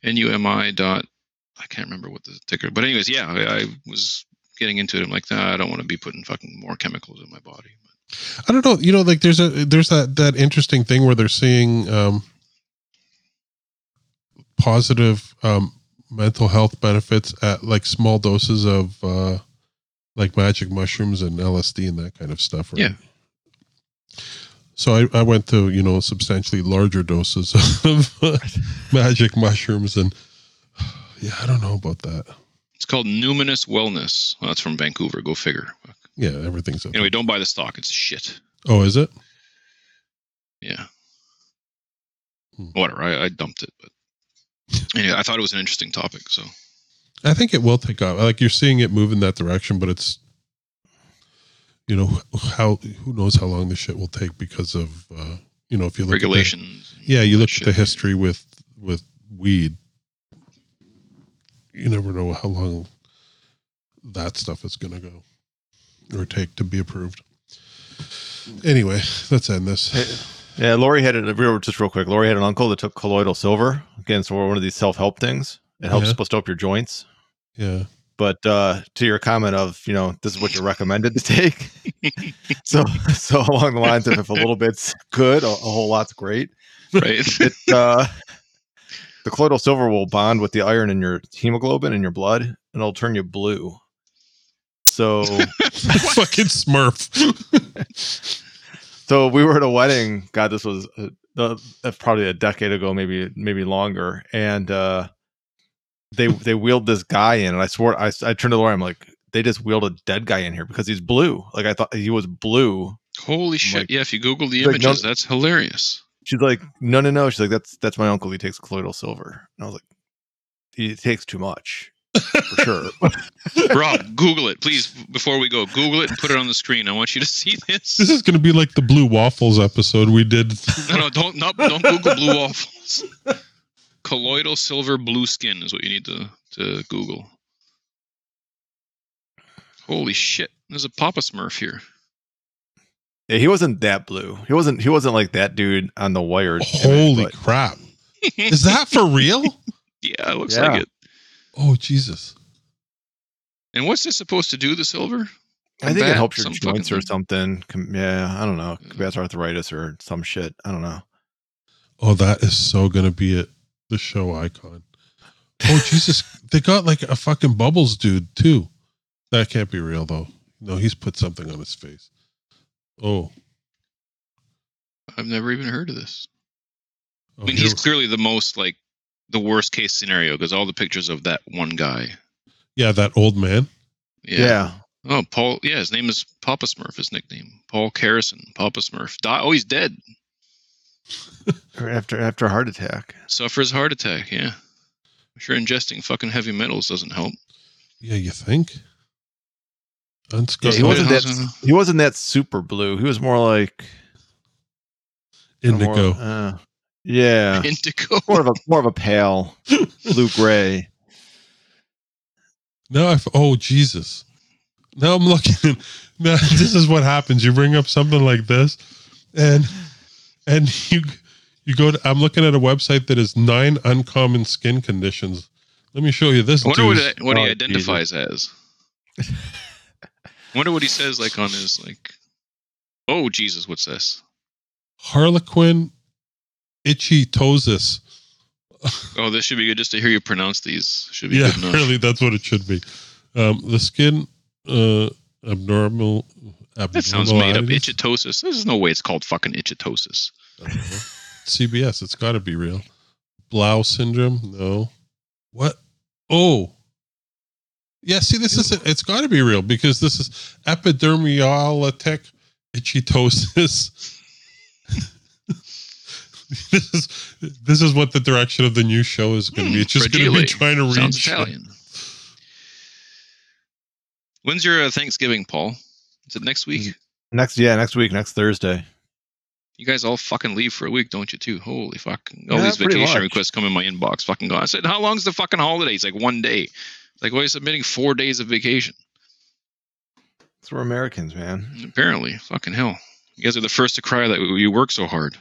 S3: N U M I dot. I can't remember what the ticker, but anyways, yeah, I, I was getting into it. I'm like, nah, I don't want to be putting fucking more chemicals in my body.
S4: I don't know. You know, like there's a there's that that interesting thing where they're seeing um, positive um, mental health benefits at like small doses of uh, like magic mushrooms and LSD and that kind of stuff. Right?
S3: Yeah.
S4: So I, I went to you know substantially larger doses of magic mushrooms and yeah I don't know about that.
S3: It's called Numinous Wellness. Well, that's from Vancouver. Go figure.
S4: Yeah, everything's up.
S3: Anyway, don't buy the stock. It's shit.
S4: Oh, is it?
S3: Yeah.
S4: Hmm.
S3: Whatever. I, I dumped it, but anyway, I thought it was an interesting topic. So
S4: I think it will take off. Like you're seeing it move in that direction, but it's you know how who knows how long this shit will take because of uh, you know if you look
S3: regulations.
S4: At the, yeah, you
S3: and
S4: look at
S3: shit.
S4: the history with with weed. You never know how long that stuff is going to go or take to be approved. Anyway, let's end this.
S5: Yeah, Lori had it real just real quick. Lori had an uncle that took colloidal silver. Again, so we're one of these self help things. It helps
S4: Yeah.
S5: supposed to up your joints.
S4: Yeah.
S5: But uh, to your comment of, you know, this is what you're recommended to take. so so along the lines of if a little bit's good, a, a whole lot's great.
S3: Right.
S5: It uh, the colloidal silver will bond with the iron in your hemoglobin in your blood and it'll turn you blue. So
S4: Fucking Smurf.
S5: so we were at a wedding. God, this was uh, uh, probably a decade ago, maybe maybe longer. And uh, they they wheeled this guy in, and I swore I I turned to Laura. I'm like, they just wheeled a dead guy in here because he's blue. Like I thought he was blue.
S3: Holy shit!
S5: Like-
S3: yeah, if you Google the
S5: Like, no-
S3: images, that's hilarious.
S5: She's like, no, no, no. She's like, that's that's my uncle. He takes colloidal silver. And I was like, he takes too much for sure.
S3: Rob, Google it, please. Before we go, Google it and put it on the screen. I want you to see
S4: This
S3: this.
S4: is going to be like the Blue Waffles episode we did.
S3: No, no, don't not, don't Google blue waffles. Colloidal silver blue skin is what you need to to Google. Holy shit! There's a Papa Smurf here.
S5: Yeah, he wasn't that blue. He wasn't. He wasn't like that dude on the wired. image,
S4: Holy
S5: but
S4: crap. Is that for real?
S3: Yeah, it looks
S5: Yeah.
S3: like it.
S4: Oh, Jesus.
S3: And what's this supposed to do? The silver?
S5: I think it
S3: combat
S5: helps your
S3: some fucking
S5: joints or
S3: thing? Mm.
S5: something. Com- yeah, I don't know.
S3: Yeah.
S5: Combats arthritis or some shit. I don't know.
S4: Oh, that is so going to be it. The show icon. Oh, Jesus. they got like a fucking Bubbles dude, too. That can't be real, though. No, he's put something on his face. Oh.
S3: I've never even heard of this.
S4: oh
S3: I mean,
S4: here
S3: he's
S4: we-
S3: clearly the most like the worst case scenario because all the pictures of that one guy.
S4: yeah, that old man.
S5: Yeah.
S3: Oh, Paul. Yeah, his name is Papa Smurf. His nickname, Paul Carrison. Papa Smurf. Die, oh, he's dead.
S5: Or After after a heart attack.
S3: Suffers heart attack. Yeah. I'm sure ingesting fucking heavy metals doesn't help.
S4: Yeah, you think? Unsco-
S5: Yeah, he
S3: Wait,
S5: wasn't
S3: how's
S5: that.
S3: it-
S5: He wasn't that super blue. He was more like
S4: Indigo.
S5: More, uh, yeah,
S3: Indigo.
S5: more of a more of a pale blue gray.
S4: Now I f- oh Jesus. Now I'm looking. Now this is what happens. You bring up something like this, and and you you go. To, I'm looking at a website that is nine uncommon skin conditions. Let me show you this.
S3: I wonder what,
S4: dude's-
S3: he- what he
S4: oh,
S3: identifies as. I wonder what he says like on his like. Oh Jesus! What's this?
S4: Jesus. Harlequin ichthyosis.
S3: Oh, this should be good just to hear you pronounce these. Should be
S4: Yeah,
S3: good enough.
S4: really, that's what it should be. Um, the skin uh, abnormal.
S3: That sounds made up.
S4: abnormalities.
S3: Ichthyosis. There's no way it's called fucking ichthyosis.
S4: I don't know. CBS, it's got to be real. Blau syndrome, no. What? Oh, yeah. See, this is it. It's got to be real because this is epidermolytic ichthyosis. this is this is what the direction of the new show is going to be. It's just going to be
S3: Fragile.
S4: trying to read.
S3: Hmm, Sounds
S4: shit.
S3: Italian. When's your uh, Thanksgiving, Paul? Is it next
S5: Mm.
S3: week?
S5: Next, yeah, next week, next Thursday.
S3: You guys all fucking leave for a week, don't you? Too. Holy fuck! All
S5: Yeah,
S3: these
S5: pretty
S3: vacation
S5: much.
S3: requests come in my inbox. Fucking gone. I said, how long's the fucking holiday? It's like one day. It's Like, why are you submitting four days of vacation?
S5: So we're Americans, man.
S3: Apparently, fucking hell. You guys are the first to cry that you work so hard.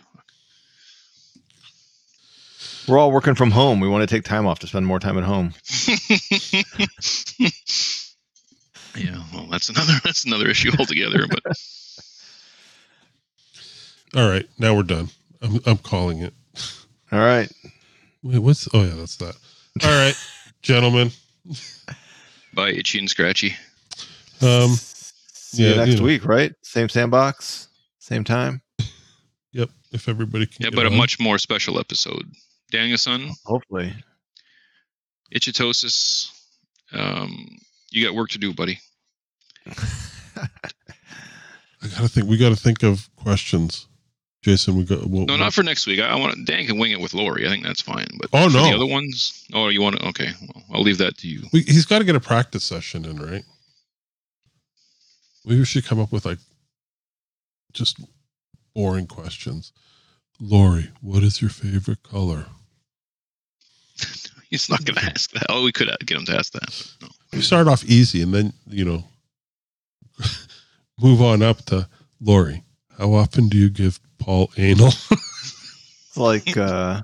S5: We're all working from home. We want to take time off to spend more time at home.
S3: yeah, well, that's another that's another issue altogether. But
S4: All right, now we're done. I'm I'm calling it.
S5: All right.
S4: Wait, what's? Oh yeah, that's that. All right, gentlemen.
S3: bye, itchy and scratchy.
S4: Um,
S5: See you
S4: Yeah,
S5: next
S4: yeah.
S5: week, right? Same sandbox, same time.
S4: yep. If everybody can.
S3: Yeah,
S4: get
S3: but a
S4: on.
S3: much more special episode. Danielson,
S5: Hopefully.
S3: Ichitosis, um, you got work to do, buddy.
S4: I gotta think. We gotta think of questions, Jason. We got. Well,
S3: No, not for next week. I, I want Dan can wing it with Lori. I think that's fine. But
S4: Oh,
S3: for
S4: no.
S3: the other ones. Oh, you want to? Okay, well, I'll leave that to you.
S4: we, he's got to get a practice session in, right? Maybe we should come up with like just boring questions. Lori, what is your favorite color?
S3: He's not going to ask that. Oh, we could uh, get him to ask that. but no.
S4: You start off easy, and then you know, move on up to Lori. How often do you give Paul anal?
S5: It's like, uh,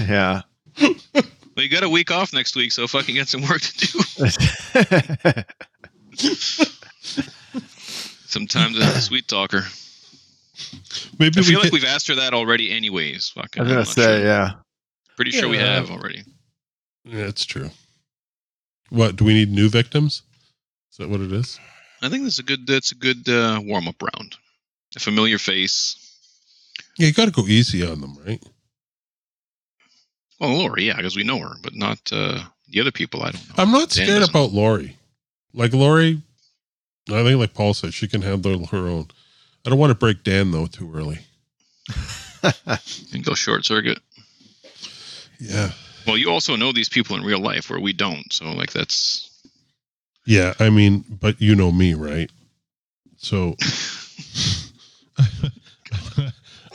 S5: yeah.
S3: Well, you got a week off next week, so fucking get some work to do. Sometimes a sweet talker.
S4: Maybe
S3: I
S4: we
S3: feel like
S4: can-
S3: we've asked her that already, anyways.
S5: I
S3: Fucking,
S5: was
S3: I'm
S5: gonna
S3: not
S5: say,
S3: sure.
S5: yeah.
S3: Pretty sure we
S4: Yeah.
S3: have already.
S4: Yeah, it's true. What do we need new victims? Is that what it is?
S3: I think that's a good that's a good uh, warm up round. A familiar face.
S4: Yeah, you got to go easy on them, right?
S3: Well, Oh, Lori, yeah, because we know her, but not uh, the other people. I don't know.
S4: I'm not
S3: Dan
S4: scared
S3: doesn't.
S4: about Lori. Like Lori, I think like Paul said, she can handle her own. I don't want to break Dan though too early.
S3: And go short circuit.
S4: Yeah.
S3: Well, you also know these people in real life where we don't. So like that's
S4: Yeah, I mean, but you know me, right? So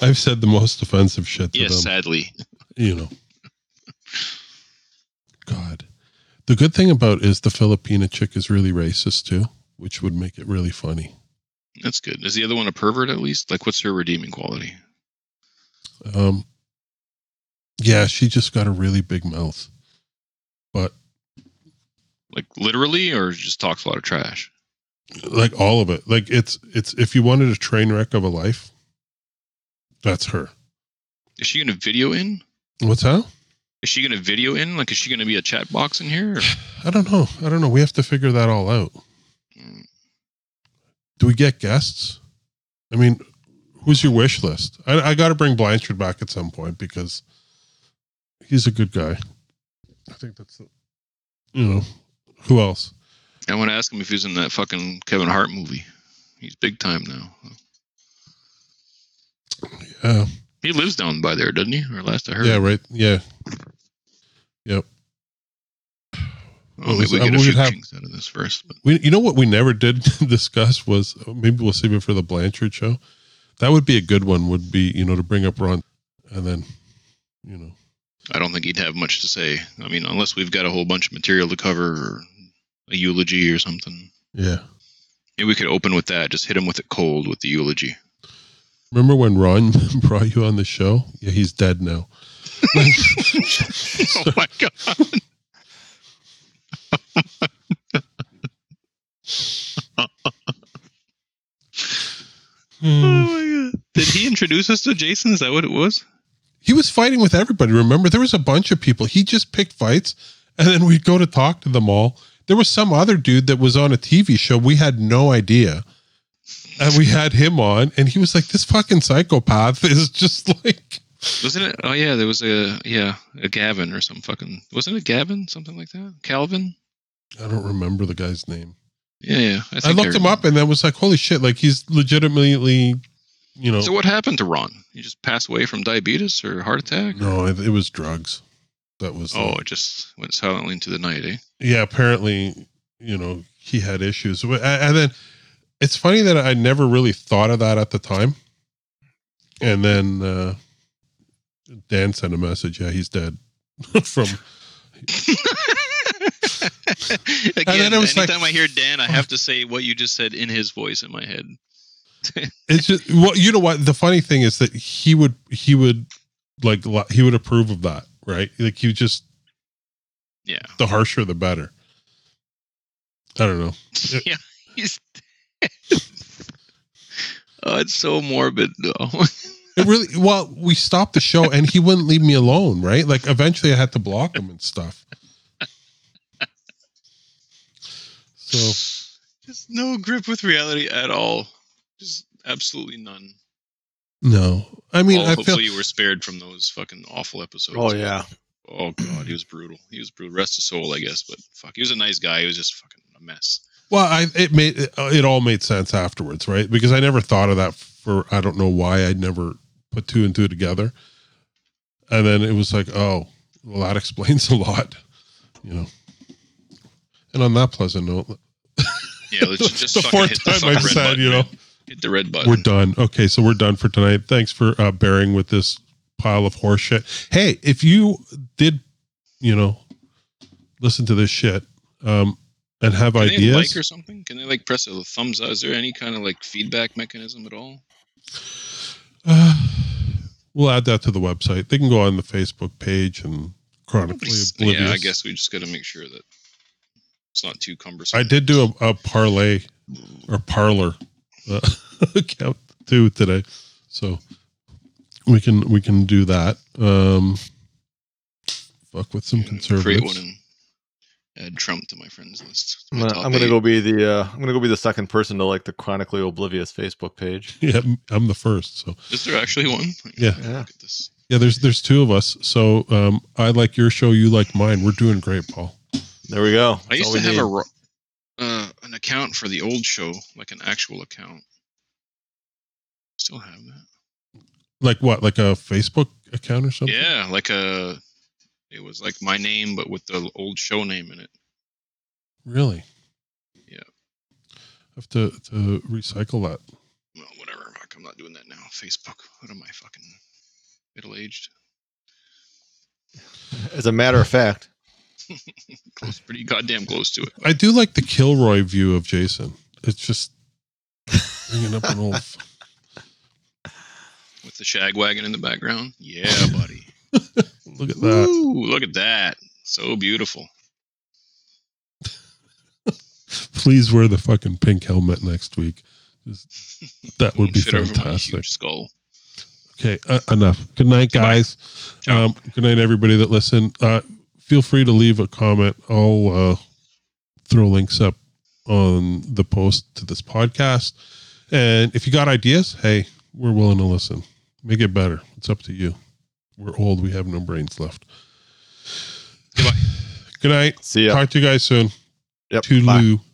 S4: I've said the most offensive shit to
S3: yes,
S4: them,
S3: sadly.
S4: you know. God. The good thing about is the Filipina chick is really racist too, which would make it really funny.
S3: That's good. Is the other one a pervert at least? Like what's her redeeming quality?
S4: Um Yeah, she just got a really big mouth. But
S3: Like literally or just talks a lot of trash?
S4: like all of it like it's it's if you wanted a train wreck of a life that's her
S3: Is she gonna video in?
S4: what's that
S3: Is she gonna video in? Like is she gonna be a chat box in here? Or?
S4: i don't know i don't know we have to figure that all out
S3: Mm.
S4: do we get guests i mean who's your wish list i, I gotta bring blanchard back at some point because he's a good guy i think that's the, you know who else
S3: I want to ask him if he's in that fucking Kevin Hart movie. He's big time now.
S4: yeah
S3: He lives down by there, doesn't he? Or last I heard.
S4: yeah right yeah
S3: Oh, maybe we
S4: Uh,
S3: get a
S4: we
S3: few
S4: should have-
S3: things out of this first. But
S4: We, you know what we never did discuss was oh, maybe we'll save it for the Blanchard show. That would be a good one. Would be you know to bring up Ron, and then you know
S3: I don't think he'd have much to say. I mean, unless we've got a whole bunch of material to cover or a eulogy or something.
S4: yeah.
S3: Maybe we could open with that. Just hit him with it cold with the eulogy.
S4: Remember when Ron brought you on the show? Yeah, he's dead now.
S3: oh my god.
S4: Hmm.
S3: my god. Did he introduce us to Jason? Is that what it was?
S4: He was fighting with everybody. Remember, there was a bunch of people. He just picked fights, and then we'd go to talk to them all. There was some other dude that was on a TV show. We had no idea. And we had him on, and he was like, This fucking psychopath is just like
S3: Wasn't it? Oh yeah, there was a yeah a Gavin or some fucking wasn't it Gavin something like that? Calvin?
S4: I don't remember the guy's name.
S3: Yeah, yeah.
S4: I,
S3: think
S4: looked him up and that was like, holy shit, like he's legitimately, you know.
S3: So what happened to Ron? He just passed away from diabetes or heart attack?
S4: no, it, it was drugs. That was. the-
S3: Oh, it just went silently into the night, eh?
S4: yeah, apparently, you know, he had issues. But- And and then it's funny that I never really thought of that at the time. And then uh, Dan sent a message, yeah, he's dead. From
S3: Again,
S4: then it was like-
S3: anytime I hear Dan, I have to say what you just said in his voice in my head.
S4: it's just well, you know what? The funny thing is that he would he would like li- he would approve of that, right? Like he just
S3: Yeah.
S4: the harsher the better. I don't know.
S3: yeah. He's oh, it's so morbid though.
S4: It really well, we stopped the show and he wouldn't leave me alone, right? Like eventually I had to block him and stuff. So
S3: just no grip with reality at all. Just absolutely none.
S4: no. I mean
S3: Well,
S4: I
S3: hopefully
S4: feel
S3: you were spared from those fucking awful episodes.
S5: oh yeah,
S3: Oh god, he was brutal. He was brutal. Rest his soul, I guess. But fuck, he was a nice guy. He was just fucking a mess.
S4: well, I it made it, it all made sense afterwards, right? Because I never thought of that for I don't know why I never put two and two together. And then it was like, oh, well that explains a lot, you know. And on that pleasant note,
S3: Yeah, let's just, just
S4: the
S3: fucking
S4: fourth
S3: hit the
S4: time
S3: fucking
S4: I've
S3: red
S4: said,
S3: button,
S4: you know,
S3: man. hit the red button.
S4: we're done. Okay, so we're done for tonight. Thanks for uh, bearing with this pile of horse shit. Hey, if you did, you know, listen to this shit um, and have
S3: Can they
S4: ideas,
S3: like or something? Can they like press a thumbs up? Is there any kind of like feedback mechanism at all?
S4: uh, we'll add that to the website. They can go on the Facebook page and chronically
S3: Nobody's-
S4: oblivious.
S3: Yeah, I guess we just got to make sure that it's not too cumbersome.
S4: I did do a, a parlay or parlor uh, account too today, so we can we can do that. Um, fuck with some
S3: Yeah,
S4: conservatives.
S3: Create one and Add Trump to my friends list.
S5: I'm
S3: My
S5: gonna,
S3: top
S5: I'm gonna
S3: eight.
S5: go be the uh, I'm gonna go be the second person to like the chronically oblivious Facebook page.
S4: Yeah, I'm the first. So
S3: Is there actually one?
S4: Yeah.
S5: Yeah.
S3: Look at this.
S4: yeah, there's there's two of us. So um, I like your show, you like mine. We're doing great, Paul.
S5: There we go.
S3: I
S5: That's
S3: used
S5: all
S3: to
S5: we
S3: have
S5: need.
S3: a ro- uh, an account for the old show, like an actual account. Still have that.
S4: Like what? Like a Facebook account or something?
S3: Yeah, like a. It was like my name, but with the old show name in it.
S4: Really?
S3: Yeah.
S4: I have to to recycle that.
S3: Well, whatever. fuck, I'm not doing that now. Facebook. What am I fucking middle aged?
S5: As a matter of fact,
S3: Close, pretty goddamn close to it.
S4: I do like the Kilroy view of Jason. It's just bringing up an old.
S3: With the shag wagon in the background. Yeah, buddy.
S4: Look at that.
S3: Ooh, look at that. So beautiful.
S4: Please wear the fucking pink helmet next week. Just, that would be
S3: Fit over my
S4: fantastic.
S3: Huge skull.
S4: Okay, uh, enough. Good night,
S3: Goodbye.
S4: guys. Um, good night, everybody that listen. Uh, feel free to leave a comment. I'll uh, throw links up on the post to this podcast. And if you got ideas, hey, we're willing to listen. Make it better. It's up to you. We're old. We have no brains left.
S3: Goodbye.
S4: Good night.
S5: see ya.
S4: Talk to you guys soon.
S5: Yep, bye.
S4: Toodaloo.